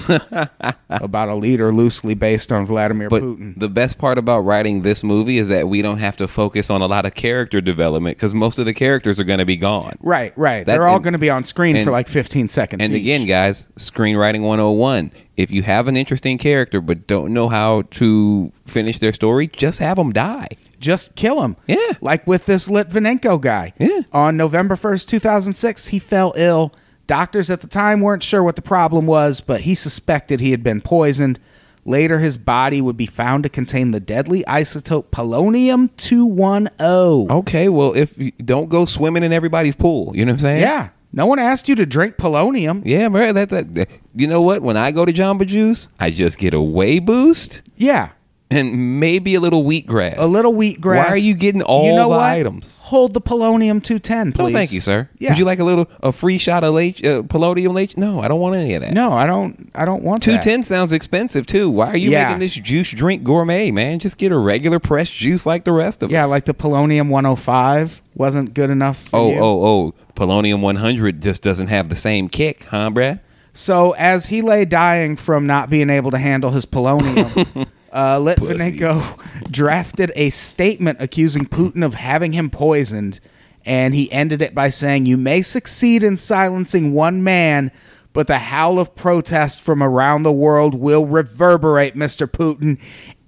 S2: about a leader loosely based on Vladimir
S3: But
S2: Putin.
S3: the best part about writing this movie is that we don't have to focus on a lot of character development because most of the characters are going to be gone.
S2: Right, right.
S3: That-
S2: They're all
S3: and-
S2: going to be on screen
S3: and-
S2: for like 15 seconds.
S3: And
S2: each.
S3: again, guys, screenwriting 101. If you have an interesting character but don't know how to finish their story, just have them die.
S2: just kill him.
S3: Yeah.
S2: Like with this Litvinenko guy.
S3: Yeah.
S2: On November 1st, 2006, he fell ill. Doctors at the time weren't sure what the problem was, but he suspected he had been poisoned. Later, his body would be found to contain the deadly isotope polonium oh. 210.
S3: Okay, well, if you don't go swimming in everybody's pool, you know what I'm saying?
S2: Yeah. No one asked you to drink polonium.
S3: Yeah, bro. That's that. You know what? When I go to Jamba Juice, I just get a whey boost
S2: Yeah.
S3: and maybe a little wheatgrass.
S2: A little wheatgrass.
S3: Why are you getting all
S2: You know
S3: the
S2: what?
S3: items?
S2: Hold the polonium 210,
S3: No,
S2: please.
S3: thank you, sir.
S2: Yeah.
S3: Would you like a little a free shot of late, uh, polonium late? No, I don't want any of that.
S2: No, I don't. I don't want
S3: Two
S2: that.
S3: ten sounds expensive too. Why are you
S2: Yeah.
S3: making this juice drink gourmet, man? Just get a regular pressed juice like the rest of
S2: Yeah,
S3: us.
S2: like the polonium 105 wasn't good enough. For
S3: oh
S2: you.
S3: oh oh, polonium one hundred just doesn't have the same kick, huh, bruh?
S2: So as he lay dying from not being able to handle his polonium, uh, Litvinenko drafted a statement accusing Putin of having him poisoned, and he ended it by saying, "You may succeed in silencing one man." But the howl of protest from around the world will reverberate, Mr. Putin,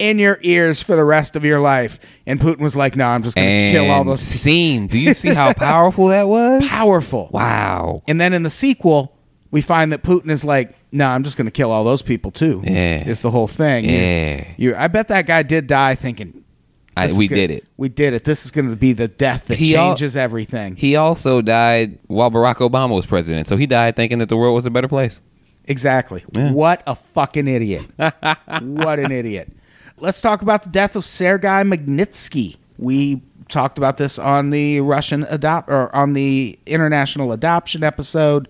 S2: in your ears for the rest of your life. And Putin was like, No, I'm just going to
S3: And
S2: kill all those
S3: scene. Do you see how powerful that was?
S2: powerful.
S3: Wow.
S2: And then in the sequel, we find that Putin is like, "No, I'm just going to kill all those people too."
S3: Yeah.
S2: it's the whole thing. You-
S3: Yeah.
S2: you, I bet that guy did die thinking,
S3: I,
S2: "This is
S3: we
S2: gonna-
S3: did it.
S2: We did it. This is going to be the death that
S3: He al-
S2: changes everything."
S3: He also died while Barack Obama was president. So he died thinking that the world was a better place.
S2: exactly. What a fucking idiot! what an idiot! Let's talk about the death of Sergei Magnitsky. We talked about this on the Russian adopt or on the international adoption episode.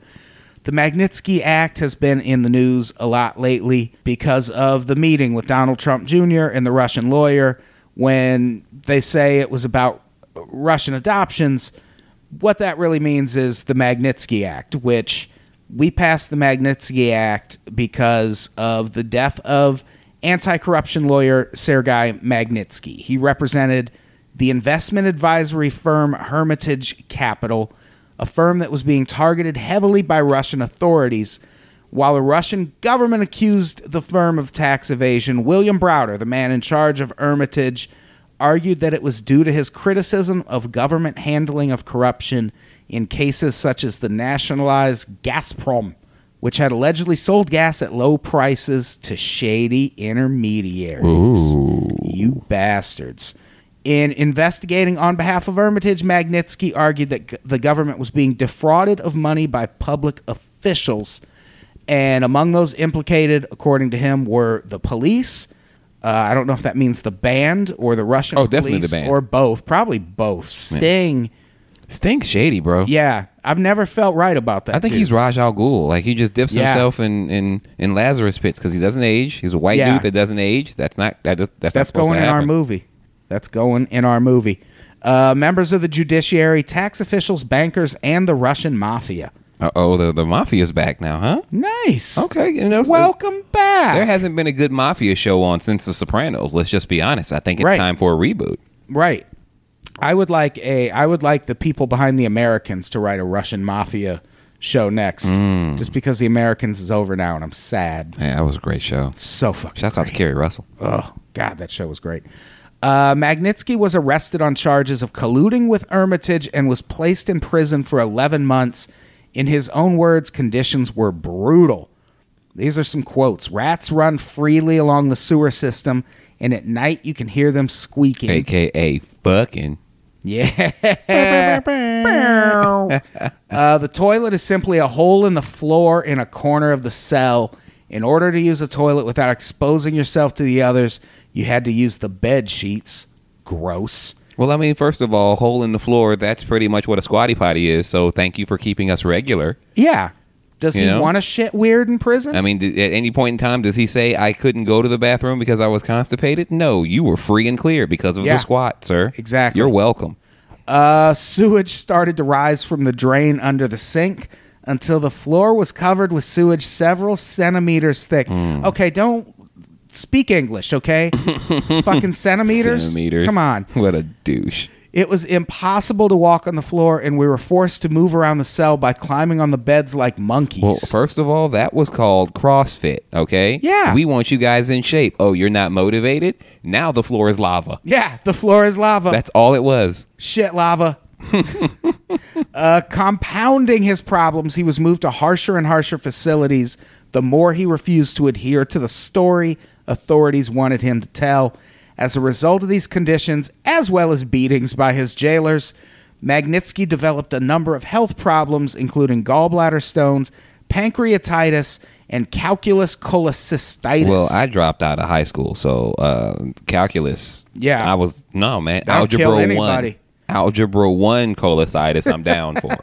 S2: The Magnitsky Act has been in the news a lot lately because of the meeting with Donald Trump Jr. and the Russian lawyer when they say it was about Russian adoptions. What that really means is the Magnitsky Act, which we passed the Magnitsky Act because of the death of anti corruption lawyer Sergei Magnitsky. He represented the investment advisory firm Hermitage Capital, a firm that was being targeted heavily by Russian authorities. While the Russian government accused the firm of tax evasion, William Browder, the man in charge of Hermitage, argued that it was due to his criticism of government handling of corruption in cases such as the nationalized Gazprom, which had allegedly sold gas at low prices to shady intermediaries. You bastards. In investigating on behalf of Hermitage, Magnitsky argued that g- the government was being defrauded of money by public officials. And among those implicated, according to him, were the police. Uh, I don't know if that means the band or the Russian
S3: Oh,
S2: police
S3: definitely the band.
S2: or both. Probably both. Sting.
S3: Stinks shady, bro.
S2: Yeah, I've never felt right about that.
S3: I think
S2: dude.
S3: he's Raj Al Ghul. Like he just dips
S2: Yeah.
S3: himself in, in, in Lazarus pits because he doesn't age. He's a white
S2: Yeah.
S3: dude that doesn't age. That's not that just,
S2: That's
S3: that's, not supposed
S2: going
S3: to
S2: in our
S3: happen.
S2: movie. That's going in our movie. Uh, members of the judiciary, tax officials, bankers, and the Russian mafia.
S3: Uh oh, the the mafia's back now, huh?
S2: Nice.
S3: Okay, you know, so-
S2: Welcome back.
S3: There hasn't been a good mafia show on since The Sopranos. Let's just be honest. I think it's
S2: Right.
S3: time for a reboot.
S2: right. I would like a I would like the people behind the Americans to write a Russian mafia show next,
S3: Mm.
S2: just because the Americans is over now, and I'm sad.
S3: Yeah, that was a great show.
S2: So fucking.
S3: Shouts out to Kerry Russell.
S2: Oh God, that show was great. Uh, Magnitsky was arrested on charges of colluding with Armitage and was placed in prison for 11 months. In his own words, conditions were brutal. These are some quotes. Rats run freely along the sewer system, and at night you can hear them squeaking.
S3: AKA fucking.
S2: Yeah. uh, the toilet is simply a hole in the floor in a corner of the cell. In order to use a toilet without exposing yourself to the others, you had to use the bed sheets. Gross.
S3: Well, I mean, first of all, hole in the floor, that's pretty much what a squatty potty is. So thank you for keeping us regular.
S2: Yeah. Does
S3: You
S2: he
S3: know?
S2: want to shit weird in prison?
S3: I mean, did, at any point in time, does he say I couldn't go to the bathroom because I was constipated? No, you were free and clear because of
S2: Yeah.
S3: the squat, sir.
S2: Exactly.
S3: You're welcome.
S2: Uh, sewage started to rise from the drain under the sink until the floor was covered with sewage several centimeters thick. Okay, don't speak English, okay? Fucking centimeters?
S3: Centimeters.
S2: Come on.
S3: What a douche.
S2: It was impossible to walk on the floor, and we were forced to move around the cell by climbing on the beds like monkeys.
S3: Well, first of all, that was called CrossFit, okay?
S2: Yeah.
S3: We want you guys in shape. Oh, you're not motivated? Now the floor is lava.
S2: yeah, the floor is lava.
S3: That's all it was.
S2: shit lava. uh, compounding his problems, he was moved to harsher and harsher facilities the more he refused to adhere to the story authorities wanted him to tell. As a result of these conditions, as well as beatings by his jailers, Magnitsky developed a number of health problems, including gallbladder stones, pancreatitis, and calculus cholecystitis.
S3: Well, I dropped out of high school, so uh, calculus.
S2: Yeah.
S3: I was no man.
S2: That'll kill
S3: algebra one,
S2: anybody.
S3: algebra one colossitis. I'm down for.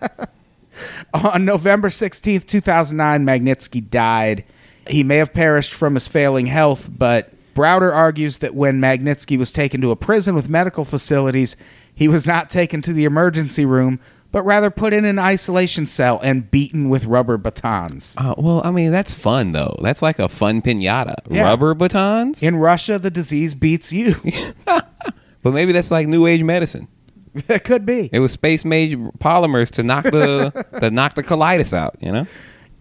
S2: On November 16th, 2009, Magnitsky died. He may have perished from his failing health, but Browder argues that when Magnitsky was taken to a prison with medical facilities, he was not taken to the emergency room, but rather put in an isolation cell and beaten with rubber batons.
S3: Uh, well, I mean, that's fun though. That's like a fun pinata.
S2: Yeah.
S3: Rubber batons.
S2: In Russia, the disease beats you.
S3: but maybe that's like new age medicine.
S2: it could be.
S3: It was space made polymers to knock the to knock the colitis out. You know.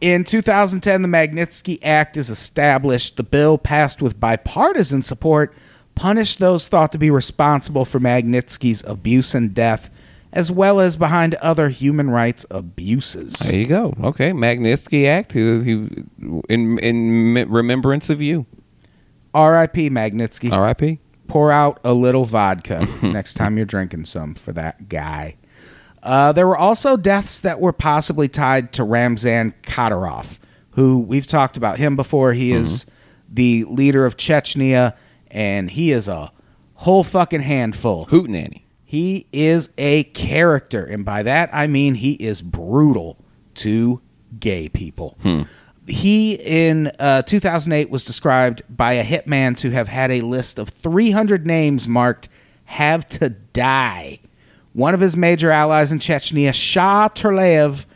S2: In 2010, the Magnitsky Act is established. The bill, passed with bipartisan support, punished those thought to be responsible for Magnitsky's abuse and death, as well as behind other human rights abuses.
S3: There you go. Okay, Magnitsky Act. He, he- in in me- remembrance of you.
S2: R.I.P. Magnitsky.
S3: R.I.P.
S2: Pour out a little vodka next time you're drinking some for that guy. Uh, there were also deaths that were possibly tied to Ramzan Kadyrov, who we've talked about him before. He is the leader of Chechnya, and he is a whole fucking handful.
S3: Hootenanny.
S2: He is a character, and by that I mean he is brutal to gay people. He, in uh, 2008, was described by a hitman to have had a list of 300 names marked have to die. One of his major allies in Chechnya, Shah Turlev,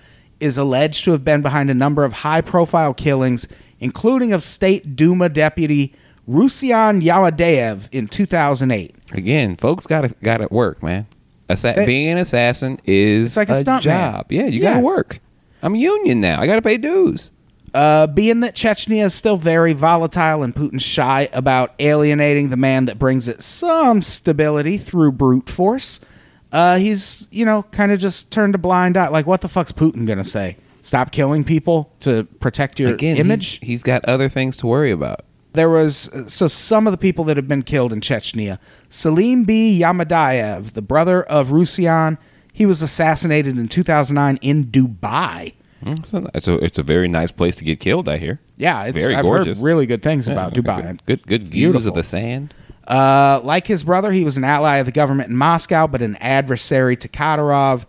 S2: is alleged to have been behind a number of high profile killings, including of State Duma deputy Ruslan Yamadeev in 2008.
S3: Again, folks got to got to work, man. Assa- being an assassin
S2: It's
S3: is
S2: like a stuntman.
S3: job. Yeah, you got
S2: Yeah.
S3: to work. I'm union now. I got to pay dues.
S2: Uh, being that Chechnya is still very volatile and Putin's shy about alienating the man that brings it some stability through brute force, uh, he's, you know, kind of just turned a blind eye. Like, what the fuck's Putin going to say? Stop killing people to protect your
S3: Again,
S2: image?
S3: He's, he's got other things to worry about.
S2: there was so some of the people that have been killed in Chechnya. Selim B. Yamadaev, the brother of Rusyan, he was assassinated in 2009 in Dubai.
S3: It's a, Mm, it's a it's a very nice place to get killed. I hear.
S2: Yeah, it's,
S3: Very
S2: I've
S3: gorgeous.
S2: heard really good things
S3: Yeah,
S2: about
S3: good-
S2: Dubai.
S3: Good good views
S2: Beautiful.
S3: of the sand.
S2: Uh, like his brother, he was an ally of the government in Moscow, but an adversary to Kadyrov.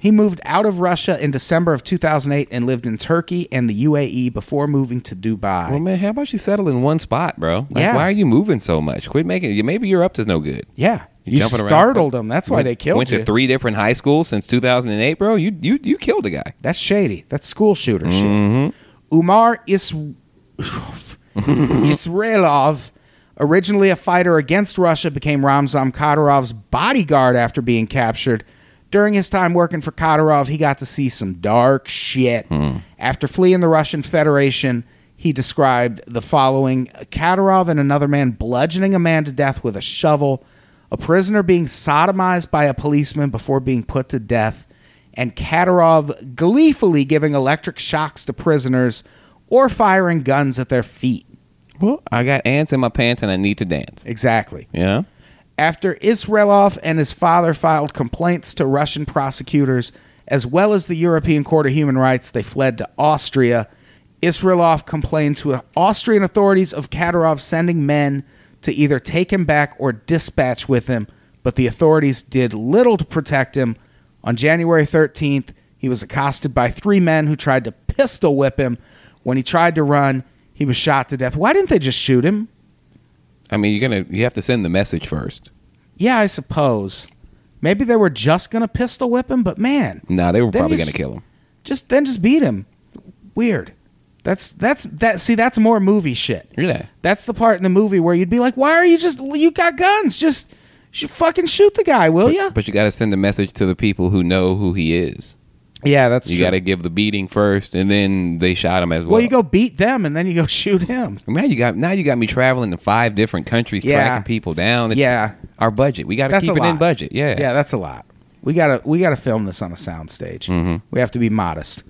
S2: He moved out of Russia in December of 2008 and lived in Turkey and the UAE before moving to Dubai.
S3: Well, man, how about you settle in one spot, bro? Like,
S2: Yeah.
S3: Why are you moving so much? Quit making. Maybe you're up to no good.
S2: yeah, you
S3: Jumping around.
S2: startled him. That's why
S3: Went-
S2: they killed
S3: Went
S2: you.
S3: to three different high schools since 2008, bro. You you you killed a guy.
S2: That's shady. That's school shooter
S3: Mm-hmm.
S2: shit. Umar Is- Israelov Originally a fighter against Russia, became Ramzan Kadyrov's bodyguard after being captured. During his time working for Kadyrov, he got to see some dark shit. After fleeing the Russian Federation, he described the following Kadyrov and another man bludgeoning a man to death with a shovel, a prisoner being sodomized by a policeman before being put to death, and Kadyrov gleefully giving electric shocks to prisoners or firing guns at their feet.
S3: Well, I got ants in my pants and I need to dance.
S2: Exactly.
S3: You know?
S2: After Israelov and his father filed complaints to Russian prosecutors as well as the European Court of Human Rights, they fled to Austria. Israelov complained to Austrian authorities of Kadyrov sending men to either take him back or dispatch with him, but the authorities did little to protect him. On January 13th, he was accosted by three men who tried to pistol whip him. When he tried to run, he was shot to death. Why didn't they just shoot him?
S3: I mean, you're gonna you have to send the message first.
S2: Yeah, I suppose. Maybe they were just gonna pistol whip him, but man,
S3: Nah, they were
S2: Then
S3: probably
S2: you
S3: gonna
S2: s-
S3: kill him.
S2: just then just beat him. Weird. That's that's that. See, that's more movie shit.
S3: Yeah.
S2: That's the part in the movie where you'd be like, "Why are you just? You got guns? Just sh- fucking shoot the guy, will
S3: But,
S2: ya?"
S3: but you got to send the message to the people who know who he is.
S2: Yeah, that's
S3: You
S2: true.
S3: got to give the beating first, and then they shot him as well.
S2: well, you go beat them and then you go shoot him.
S3: Now you got now you got me traveling to five different countries,
S2: Yeah.
S3: tracking people down. It's
S2: Yeah.
S3: our budget. We got to
S2: That's
S3: keep
S2: a
S3: it in
S2: lot.
S3: budget. Yeah,
S2: yeah, that's a lot. We gotta we gotta film this on a soundstage.
S3: Mm-hmm.
S2: We have to be modest.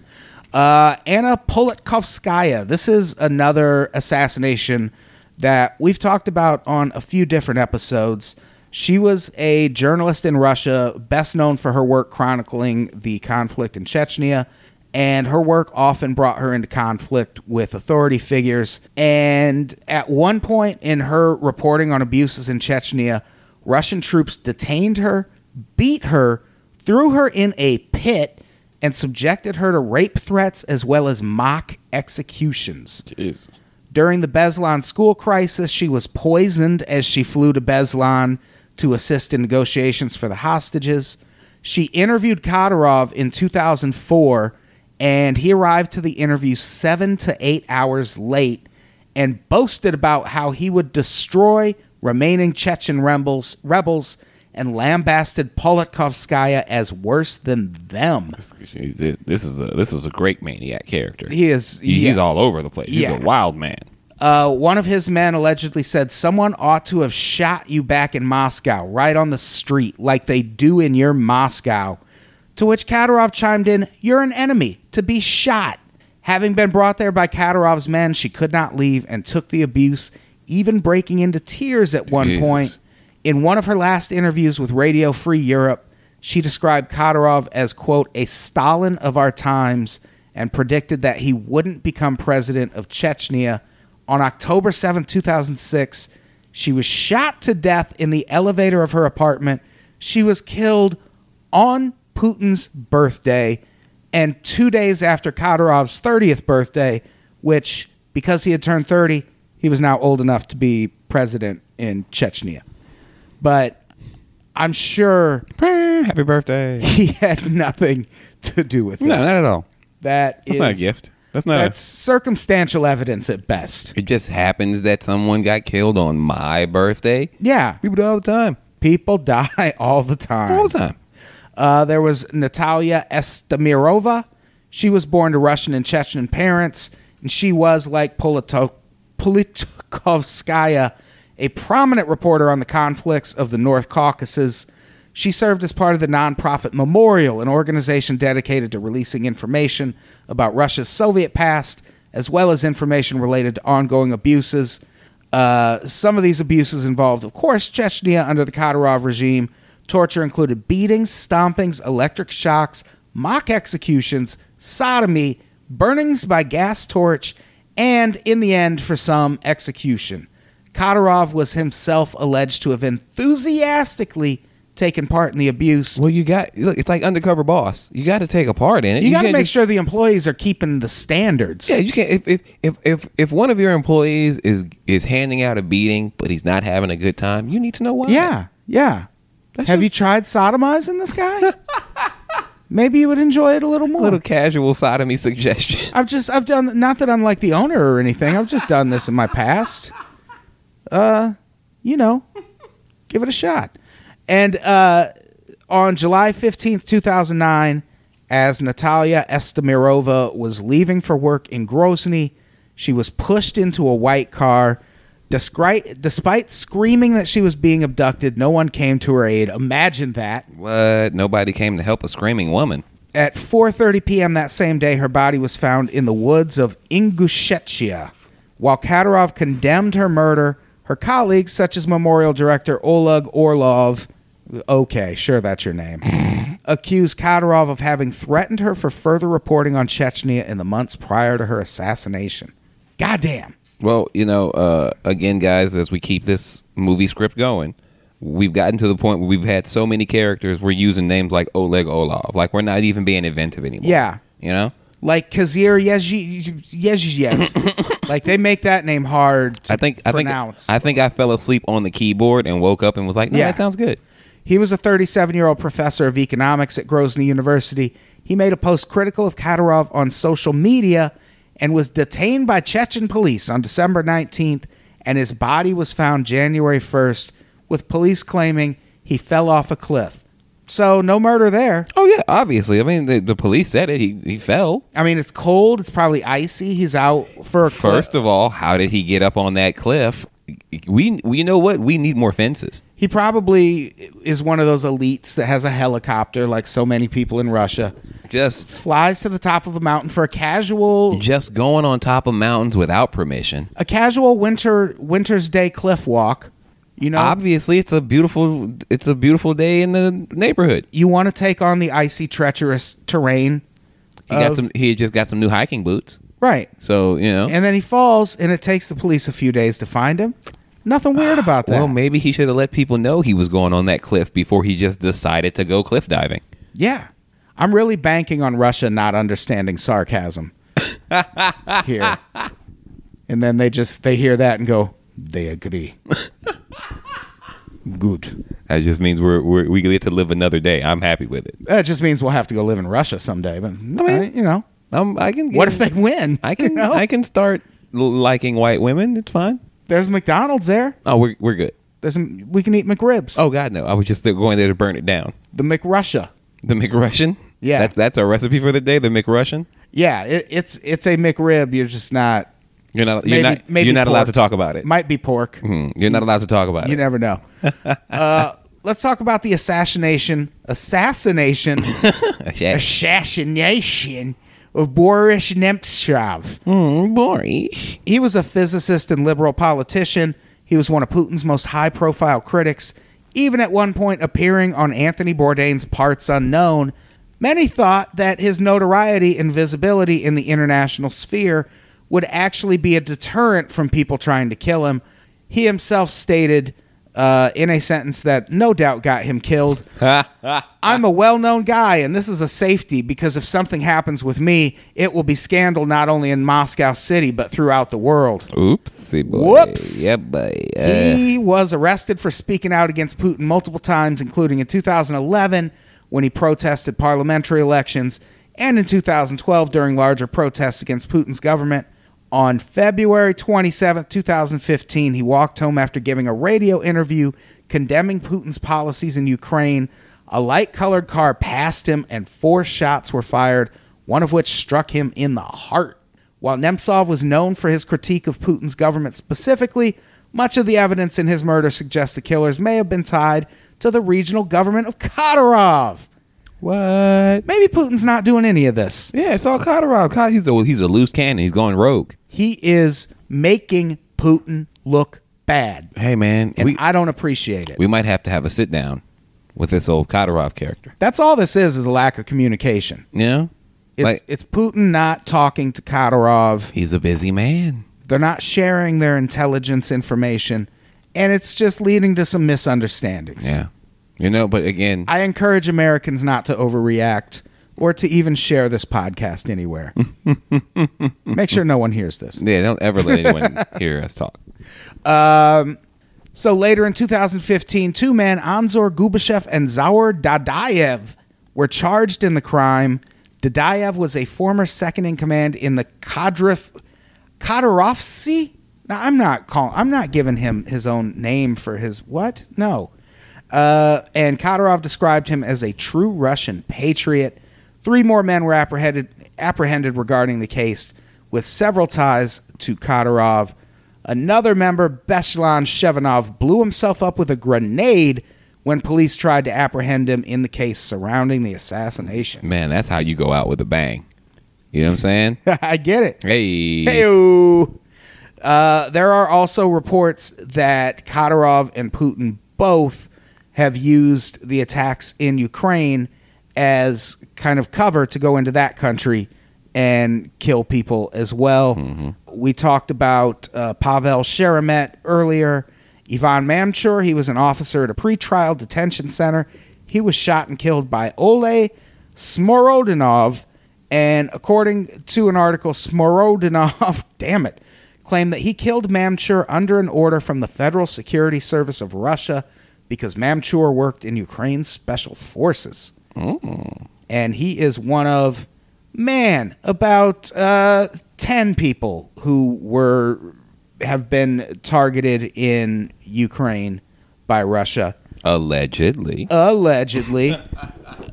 S2: Uh, Anna Politkovskaya. This is another assassination that we've talked about on a few different episodes. She was a journalist in Russia, best known for her work chronicling the conflict in Chechnya, and her work often brought her into conflict with authority figures. And at one point in her reporting on abuses in Chechnya, Russian troops detained her, beat her, threw her in a pit, and subjected her to rape threats as well as mock executions. During the Beslan school crisis, she was poisoned as she flew to Beslan to assist in negotiations for the hostages. She interviewed Kadyrov in 2004, and he arrived to the interview seven to eight hours late and boasted about how he would destroy remaining Chechen rebels, rebels and lambasted Politkovskaya as worse than them.
S3: Jeez, this is a this is a great maniac character.
S2: He is.
S3: He-
S2: yeah.
S3: He's all over the place. He's
S2: Yeah.
S3: a wild man.
S2: Uh, one of his men allegedly said, Someone ought to have shot you back in Moscow, right on the street, like they do in your Moscow. To which Kadyrov chimed in, You're an enemy, to be shot. Having been brought there by Kadyrov's men, she could not leave and took the abuse, even breaking into tears at one
S3: Jesus.
S2: point. In one of her last interviews with Radio Free Europe, she described Kadyrov as, quote, a Stalin of our times and predicted that he wouldn't become president of Chechnya. On October seventh, two 2006, she was shot to death in the elevator of her apartment. She was killed on Putin's birthday and two days after Kadyrov's 30th birthday, which, because he had turned 30, he was now old enough to be president in Chechnya. But I'm sure
S3: Happy birthday.
S2: he had nothing to do with it.
S3: No, not at all.
S2: That
S3: That's
S2: is-
S3: not a gift. That's not.
S2: That's circumstantial evidence at best.
S3: a, it just happens that someone got killed on my birthday.
S2: Yeah.
S3: People do all the time.
S2: People die all the time.
S3: All the time.
S2: Uh, there was Natalia Estemirova. She was born to Russian and Chechen parents, and she was, like Polito- Politkovskaya, a prominent reporter on the conflicts of the North Caucasus. She served as part of the nonprofit Memorial, an organization dedicated to releasing information about Russia's Soviet past, as well as information related to ongoing abuses. Uh, some of these abuses involved, of course, Chechnya under the Kadyrov regime. Torture included beatings, stompings, electric shocks, mock executions, sodomy, burnings by gas torch, and in the end, for some, execution. Kadyrov was himself alleged to have enthusiastically taken part in the abuse.
S3: Well, you got look. It's like undercover boss. You got to take a part in it.
S2: You got to
S3: can't
S2: make
S3: just-
S2: sure the employees are keeping the standards.
S3: Yeah, you can't. If if, if if if one of your employees is is handing out a beating, but he's not having a good time, you need to know why.
S2: Yeah, yeah.
S3: That's
S2: Have
S3: just-
S2: you tried sodomizing this guy? Maybe you would enjoy it a little more.
S3: little casual sodomy suggestion.
S2: I've just I've done not that I'm like the owner or anything. I've just done this in my past. uh, you know, give it a shot. And uh, on July 15th, 2009, as Natalia Estemirova was leaving for work in Grozny, she was pushed into a white car. Despite, despite screaming that she was being abducted, no one came to her aid. Imagine that.
S3: What? Nobody came to help a screaming woman.
S2: At 4:30 p.m. that same day, her body was found in the woods of Ingushetia. While Kadyrov condemned her murder, her colleagues, such as memorial director Oleg Orlov, okay, sure that's your name, accused Kadyrov of having threatened her for further reporting on Chechnya in the months prior to her assassination. Goddamn.
S3: Well, you know, uh, again, guys, as we keep this movie script going, we've gotten to the point where we've had so many characters, we're using names like Oleg Olov. Like, we're not even being inventive anymore.
S2: Yeah.
S3: You know?
S2: Like Kazir Yezhi- Yezhiev. like they make that name hard to
S3: I think I think
S2: pronounce.
S3: I think I fell asleep on the keyboard and woke up and was like, no,
S2: Yeah.
S3: that sounds good.
S2: He was a 37 year old professor of economics at Grozny University. He made a post critical of Kadyrov on social media and was detained by Chechen police on December 19th, and his body was found January 1st, with police claiming he fell off a cliff. So, no murder there.
S3: Oh yeah, obviously. I mean, the, the police said it. He he fell.
S2: I mean, it's cold, it's probably icy. He's out for a cliff.
S3: First of all, how did he get up on that cliff? We, we you know what? We need more fences.
S2: He probably is one of those elites that has a helicopter, like so many people in Russia.
S3: Just
S2: Flies to the top of a mountain for a casual
S3: just going on top of mountains without permission.
S2: a casual winter winter's day cliff walk. You know,
S3: Obviously, it's a beautiful it's a beautiful day in the neighborhood.
S2: you want to take on the icy, treacherous terrain,
S3: He got
S2: Of-
S3: some. He had just got some new hiking boots.
S2: right?
S3: So you know.
S2: And then he falls, and it takes the police a few days to find him. Nothing weird about that.
S3: Ah, well, maybe he should have let people know he was going on that cliff before he just decided to go cliff diving.
S2: yeah, I'm really banking on Russia not understanding sarcasm here. And then they just they hear that and go, they agree. Good.
S3: That just means we're, we're we get to live another day. I'm happy with it.
S2: That just means we'll have to go live in Russia someday. But I mean, you know,
S3: Um, I can. Get,
S2: what if they win?
S3: I
S2: You
S3: can.
S2: know?
S3: I can start l- liking white women. It's fine.
S2: There's McDonald's there.
S3: Oh, we're we're good.
S2: There's some, we can eat McRibs.
S3: Oh God, no! I was just going there to burn it down.
S2: the McRussia.
S3: The McRussian.
S2: Yeah.
S3: that's that's our recipe for the day. The McRussian.
S2: Yeah, it, it's it's a McRib. You're just not.
S3: You're not.
S2: Maybe-
S3: You're not.
S2: maybe
S3: you're not allowed
S2: pork.
S3: to talk about it.
S2: It might be pork.
S3: Mm, you're not allowed to talk about
S2: You
S3: it.
S2: never know. uh, let's talk about the assassination assassination
S3: Okay.
S2: assassination of Boris Nemtsov.
S3: Mm, Boris.
S2: He was a physicist and liberal politician. He was one of Putin's most high profile critics, even at one point appearing on Anthony Bourdain's Parts Unknown. Many thought that his notoriety and visibility in the international sphere would actually be a deterrent from people trying to kill him. He himself stated uh, in a sentence that no doubt got him killed. I'm a well known guy, and this is a safety because if something happens with me, it will be scandal not only in Moscow City, but throughout the world.
S3: Oopsie boy.
S2: Whoops.
S3: Yeah, boy. Uh,
S2: He was arrested for speaking out against Putin multiple times, including in 2011 when he protested parliamentary elections and in 2012 during larger protests against Putin's government. On February 27, 2015, he walked home after giving a radio interview condemning Putin's policies in Ukraine. A light colored car passed him, and four shots were fired, one of which struck him in the heart. While Nemtsov was known for his critique of Putin's government specifically, much of the evidence in his murder suggests the killers may have been tied to the regional government of Kadyrov.
S3: what?
S2: Maybe Putin's not doing any of this.
S3: Yeah, it's all Kotarov. Kot- He's a he's a loose cannon. He's going rogue.
S2: He is making Putin look bad.
S3: Hey man,
S2: And
S3: we
S2: I don't appreciate it.
S3: we might have to have a sit down with this old Kotarov character.
S2: That's all this is is a lack of communication.
S3: You know,
S2: It's
S3: like
S2: it's Putin not talking to Kadyrov.
S3: he's a busy man.
S2: They're not sharing their intelligence information and it's just leading to some misunderstandings.
S3: Yeah, you know. But again,
S2: I encourage Americans not to overreact or to even share this podcast anywhere. Make sure no one hears this.
S3: yeah, don't ever let anyone hear us talk.
S2: So later in 2015, two men, Anzor Gubashev and Zaur Dadayev, were charged in the crime. Dadayev was a former second in command in the Kadyrov Kadyrovsi Now I'm not calling. I'm not giving him his own name for his what? No. Uh, and Kadyrov described him as a true Russian patriot. Three more men were apprehended apprehended regarding the case, with several ties to Kadyrov. Another member, Beslan Shevanov, blew himself up with a grenade when police tried to apprehend him in the case surrounding the assassination.
S3: Man, that's how you go out with a bang. You know what I'm saying?
S2: I get it.
S3: Hey.
S2: Heyo. Uh, there are also reports that Kadyrov and Putin both have used the attacks in Ukraine as kind of cover to go into that country and kill people as well. We talked about uh, Pavel Sheremet earlier. Ivan Mamchur, he was an officer at a pretrial detention center. He was shot and killed by Ole Smorodinov. And according to an article, Smorodinov, damn it, claimed that he killed Mamchur under an order from the Federal Security Service of Russia because Mamchur worked in Ukraine's special forces. And he is one of, man, about uh, 10 people who were have been targeted in Ukraine by Russia
S3: Allegedly.
S2: allegedly.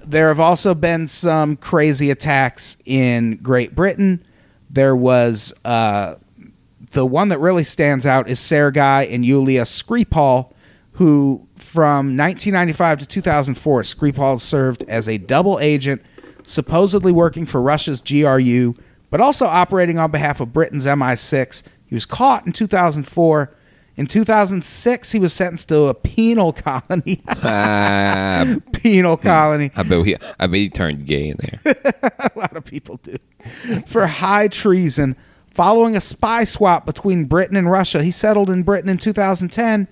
S2: there have also been some crazy attacks in Great Britain. There was uh, the one that really stands out is Sergei and Yulia Skripal, who from 1995 to 2004, Skripal served as a double agent, supposedly working for Russia's GRU, but also operating on behalf of Britain's MI6. He was caught in 2004. In 2006, he was sentenced to a penal colony.
S3: Ah,
S2: penal colony.
S3: I bet he. I bet he turned gay in there.
S2: A lot of people do. For high treason, following a spy swap between Britain and Russia, he settled in Britain in 2010.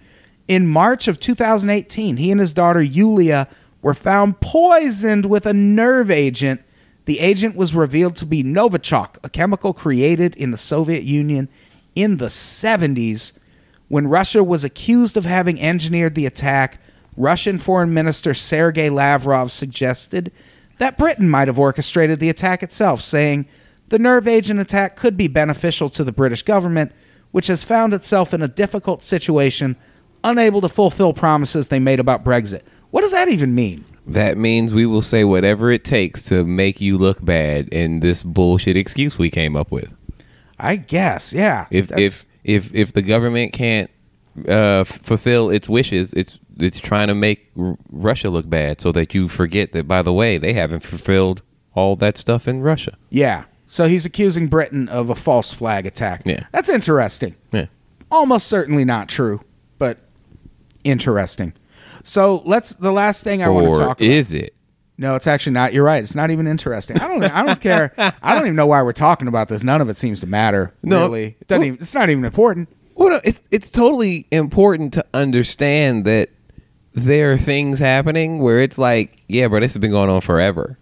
S2: In March of 2018, he and his daughter Yulia were found poisoned with a nerve agent. The agent was revealed to be Novichok, a chemical created in the Soviet Union in the 70s. When Russia was accused of having engineered the attack, Russian Foreign Minister Sergei Lavrov suggested that Britain might have orchestrated the attack itself, saying the nerve agent attack could be beneficial to the British government, which has found itself in a difficult situation, unable to fulfill promises they made about Brexit. What does that even mean?
S3: that means we will say whatever it takes to make you look bad in this bullshit excuse we came up with.
S2: I guess, yeah.
S3: If
S2: That's-
S3: if if if the government can't uh, f- fulfill its wishes, it's it's trying to make R- Russia look bad so that you forget that by the way they haven't fulfilled all that stuff in Russia.
S2: yeah. So he's accusing Britain of a false flag attack.
S3: Yeah.
S2: That's interesting.
S3: Yeah.
S2: almost certainly not true, but interesting. So let's the last thing I want to
S3: Or
S2: talk about.
S3: is it?
S2: no, it's actually not. You're right. It's not even interesting. I don't. I don't care. I don't even know why we're talking about this. None of it seems to matter.
S3: No.
S2: really. It doesn't even, it's not even important.
S3: Well, no, it's it's totally important to understand that there are things happening where it's like, yeah, bro, this has been going on forever.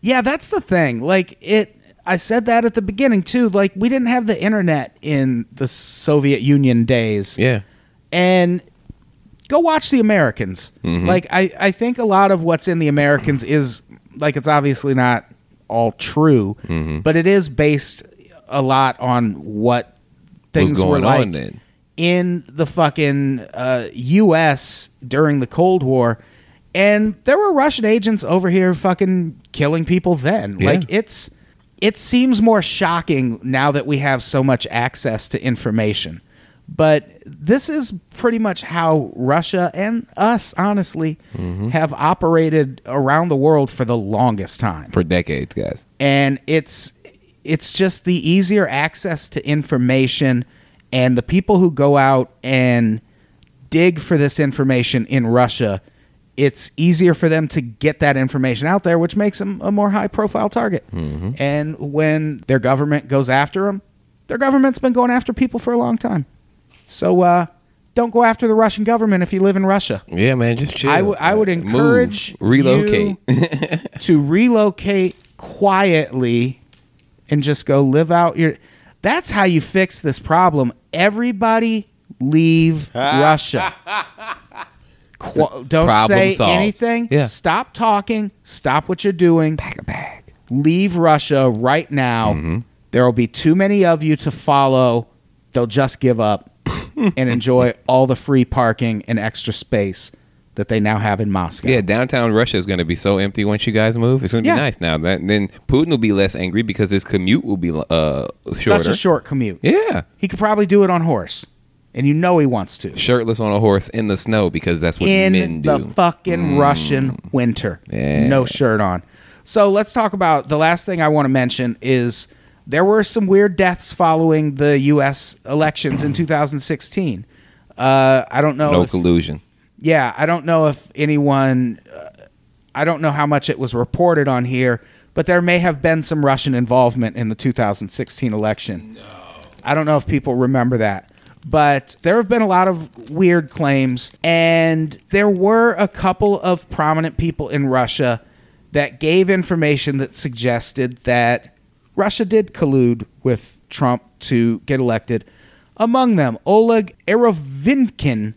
S2: Yeah, that's the thing. Like it. I said that at the beginning too. Like we didn't have the internet in the Soviet Union days.
S3: Yeah,
S2: and go watch the Americans.
S3: Mm-hmm.
S2: Like I, I think a lot of what's in the Americans is like it's obviously not all true,
S3: Mm-hmm.
S2: but it is based a lot on what things were
S3: going on
S2: like
S3: then?
S2: in the fucking uh, U.S. during the Cold War, and there were Russian agents over here fucking killing people then.
S3: Yeah.
S2: Like it's it seems more shocking now that we have so much access to information. But this is pretty much how Russia and us, honestly, have operated around the world for the longest time
S3: for decades, guys.
S2: and it's it's just the easier access to information and the people who go out and dig for this information in Russia it's easier for them to get that information out there which makes them a more high profile target and when their government goes after them their government's been going after people for a long time so uh don't go after the Russian government if you live in Russia
S3: Yeah, man, just chill.
S2: I would- I would
S3: Move.
S2: encourage
S3: relocate.
S2: to relocate quietly and just go live out your that's how you fix this problem everybody leave russia Qu- don't
S3: Problem
S2: say
S3: solved.
S2: anything
S3: Yeah.
S2: stop talking stop what you're doing
S3: Pack a bag. Mm-hmm.
S2: leave russia right now there will be too many of you to follow they'll just give up and enjoy all the free parking and extra space that they now have in Moscow.
S3: Yeah, downtown Russia is going to be so empty once you guys move. It's going to
S2: Yeah.
S3: be nice now. That then Putin will be less angry because his commute will be uh shorter.
S2: Such a short commute.
S3: yeah,
S2: He could probably do it on horse, and you know he wants to.
S3: shirtless on a horse in the snow because that's what men
S2: in
S3: do. Mm.
S2: the fucking Russian winter.
S3: Yeah.
S2: No shirt on. So let's talk about the last thing I want to mention is there were some weird deaths following the U.S. elections in 2016. Uh, I don't know.
S3: no
S2: if-
S3: collusion.
S2: yeah, I don't know if anyone. Uh, I don't know how much it was reported on here, but there may have been some Russian involvement in the 2016 election. I don't know if people remember that. But there have been a lot of weird claims, and there were a couple of prominent people in Russia that gave information that suggested that Russia did collude with Trump to get elected. Among them, Oleg Erovinkin,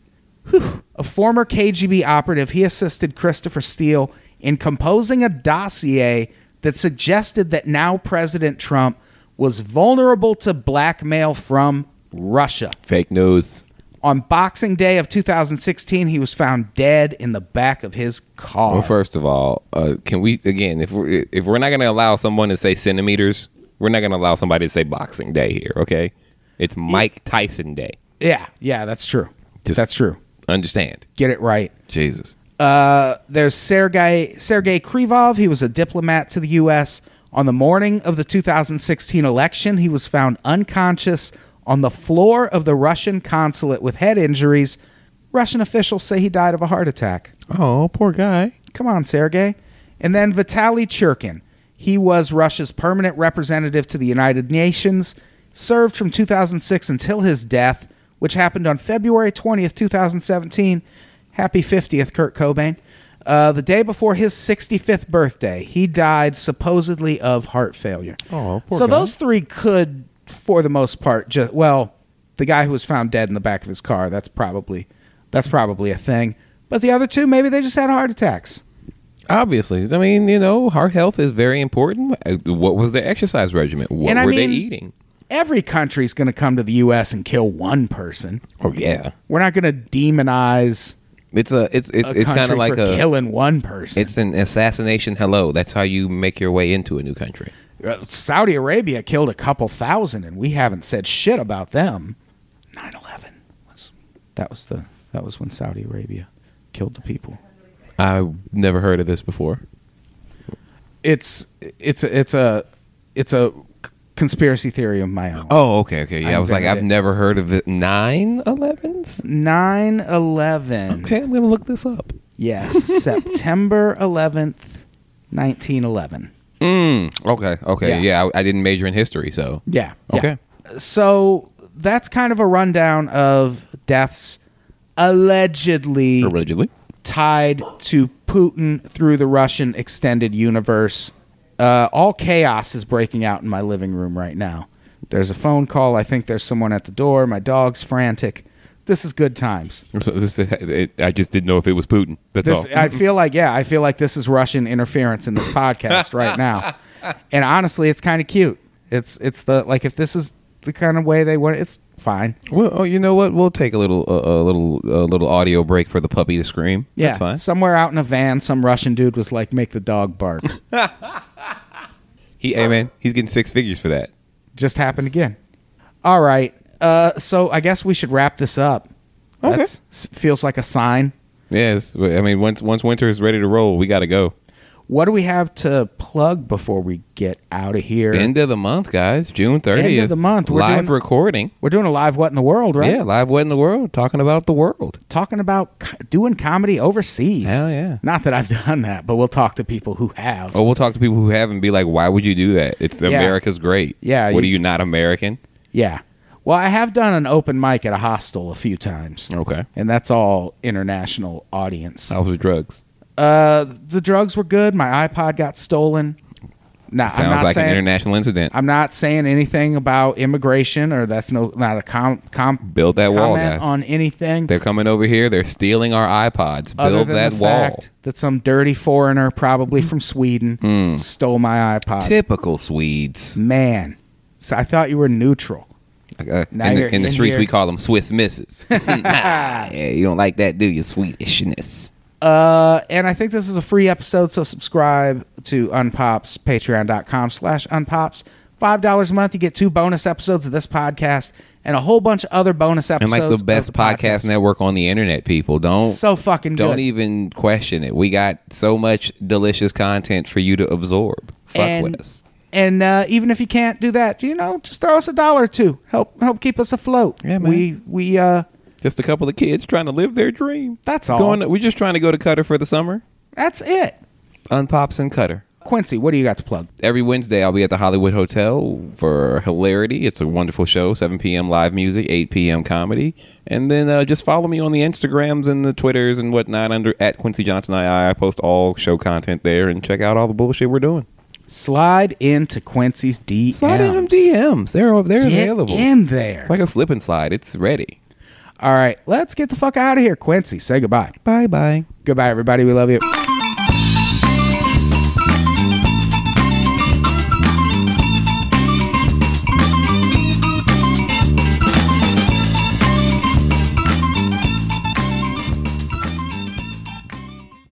S2: whew, a former KGB operative. He assisted Christopher Steele in composing a dossier that suggested that now President Trump was vulnerable to blackmail from Russia.
S3: Fake news.
S2: On Boxing Day of 2016, he was found dead in the back of his car.
S3: Well, first of all, uh, can we again? If we're if we're not going to allow someone to say centimeters, we're not going to allow somebody to say Boxing Day here. Okay, it's Mike Tyson Day.
S2: yeah, yeah, that's true.
S3: Just-
S2: that's true.
S3: Understand?
S2: Get it right.
S3: Jesus.
S2: Uh, there's Sergei Sergei Krivov. He was a diplomat to the U.S. On the morning of the 2016 election, he was found unconscious on the floor of the Russian consulate with head injuries. Russian officials say he died of a heart attack.
S3: Oh, poor guy.
S2: Come on, Sergey. And then Vitaly Churkin. He was Russia's permanent representative to the United Nations, served from 2006 until his death, which happened on February 20th, 2017. Happy 50th, Kurt Cobain. Uh, the day before his 65th birthday, he died supposedly of heart failure.
S3: Oh, poor
S2: so
S3: guy.
S2: those three could, for the most part, just well, the guy who was found dead in the back of his car—that's probably, that's probably a thing. But the other two, maybe they just had heart attacks.
S3: Obviously, I mean, you know, heart health is very important. Uh, What was their exercise regimen? What
S2: And I
S3: were
S2: mean-
S3: they eating?
S2: every country's going to come to the U.S. and kill one person.
S3: Oh yeah,
S2: We're not going to demonize
S3: it's a it's it's,
S2: a
S3: it's kind
S2: country
S3: of like
S2: for
S3: a
S2: killing one person.
S3: it's an assassination. Hello, that's how you make your way into a new country.
S2: Uh, Saudi Arabia killed a couple thousand, and we haven't said shit about them. 9-11. Was, that, was the, that was when Saudi Arabia killed the people.
S3: I've never heard of this before.
S2: It's, it's, a- it's, a, it's a c- conspiracy theory of my own.
S3: Oh, okay, okay. Yeah, I,
S2: I
S3: was like,
S2: invented
S3: I've
S2: it.
S3: never heard of the nine elevens.
S2: 9-11.
S3: Okay, I'm gonna look this up.
S2: Yes, September 11th, 1911.
S3: Mm, okay, okay,
S2: Yeah.
S3: yeah. I, I didn't major in history, so
S2: Yeah.
S3: Okay.
S2: yeah. So that's kind of a rundown of deaths allegedly
S3: allegedly.
S2: tied to Putin through the Russian extended universe. Uh, all chaos is breaking out in my living room right now. There's a phone call. I think there's someone at the door. My dog's frantic. This is good times.
S3: So this is- it- I just didn't know if it was Putin. That's
S2: This,
S3: all.
S2: I feel like, yeah, I feel like this is Russian interference in this podcast right now. And honestly, it's kind of cute. It's it's the like if this is the kind of way they want, it's fine.
S3: Well, oh, you know what? We'll take a little, uh, a little, a little audio break for the puppy to scream.
S2: Yeah,
S3: That's fine.
S2: somewhere out in a van, some Russian dude was like, "Make the dog bark."
S3: He, hey man, he's getting six figures for that.
S2: Just happened again. All right, uh, so I guess we should wrap this up.
S3: Okay.
S2: That's s- feels like a sign.
S3: Yes, but, I mean, once once winter is ready to roll, we got to go.
S2: What do we have to plug before we get out of here?
S3: End of the month, guys. June thirtieth.
S2: the month. We're
S3: live
S2: doing-
S3: recording.
S2: We're doing a live what in the world, right?
S3: Yeah, live. What in the world? Talking about the world.
S2: talking about co- doing comedy overseas.
S3: Hell yeah.
S2: Not that I've done that, but we'll talk to people who have.
S3: Oh, we'll talk to people who have and be like, "Why would you do that? It's America's great."
S2: Yeah,
S3: What
S2: you-
S3: are you not American?
S2: Yeah. Well, I have done an open mic at a hostel a few times.
S3: Okay. Oh.
S2: And that's all international audience.
S3: I was with drugs.
S2: Uh, the drugs were good. My iPod got stolen. Nah, I'm
S3: Sounds
S2: not
S3: like
S2: saying,
S3: an international incident.
S2: I'm not saying anything about immigration or that's no not a com, com
S3: Build that wall,
S2: comment
S3: guys.
S2: on anything.
S3: They're coming over here. They're stealing our iPods.
S2: other
S3: Build
S2: than
S3: that
S2: the
S3: wall. Mm-hmm.
S2: fact that some dirty foreigner, probably from Sweden,
S3: Mm.
S2: stole my iPod.
S3: Typical Swedes.
S2: Man, so I thought you were neutral.
S3: uh, in,
S2: Now you're-
S3: the, in the
S2: in
S3: streets
S2: here.
S3: we call them Swiss misses. yeah, you don't like that, do you, Swedishness?
S2: Uh, and I think this is a free episode, so subscribe to Unpops, patreon.com slash Unpops. $5 a month, you get two bonus episodes of this podcast and a whole bunch of other bonus
S3: And
S2: episodes.
S3: like the
S2: of
S3: best podcast network on the internet, people don't
S2: So fucking
S3: don't
S2: good.
S3: even question it. We got so much delicious content for you to absorb. Fuck
S2: and,
S3: with us.
S2: And uh, even if you can't do that, you know, just throw us a dollar or two. Help help keep us afloat.
S3: Yeah, man.
S2: We we uh
S3: Just a couple of kids trying to live their dream.
S2: That's all.
S3: Going we're just trying to go to Cutter for the summer.
S2: that's it.
S3: Unpops and Cutter.
S2: Quincy, what do you got to plug?
S3: Every Wednesday, I'll be at the Hollywood Hotel for Hilarity. It's a wonderful show. 7 p.m. live music, 8 p.m. comedy, and then uh, just follow me on the Instagrams and the Twitters and whatnot under at Quincy Johnson II. I post all show content there, and check out all the bullshit we're doing.
S2: Slide into Quincy's DMs.
S3: Slide in them DMs. They're they're
S2: Get
S3: available.
S2: in there.
S3: It's like a slip and slide. It's ready.
S2: All right, let's get the fuck out of here. Quincy, say goodbye.
S3: Bye bye.
S2: Goodbye, everybody. We love you.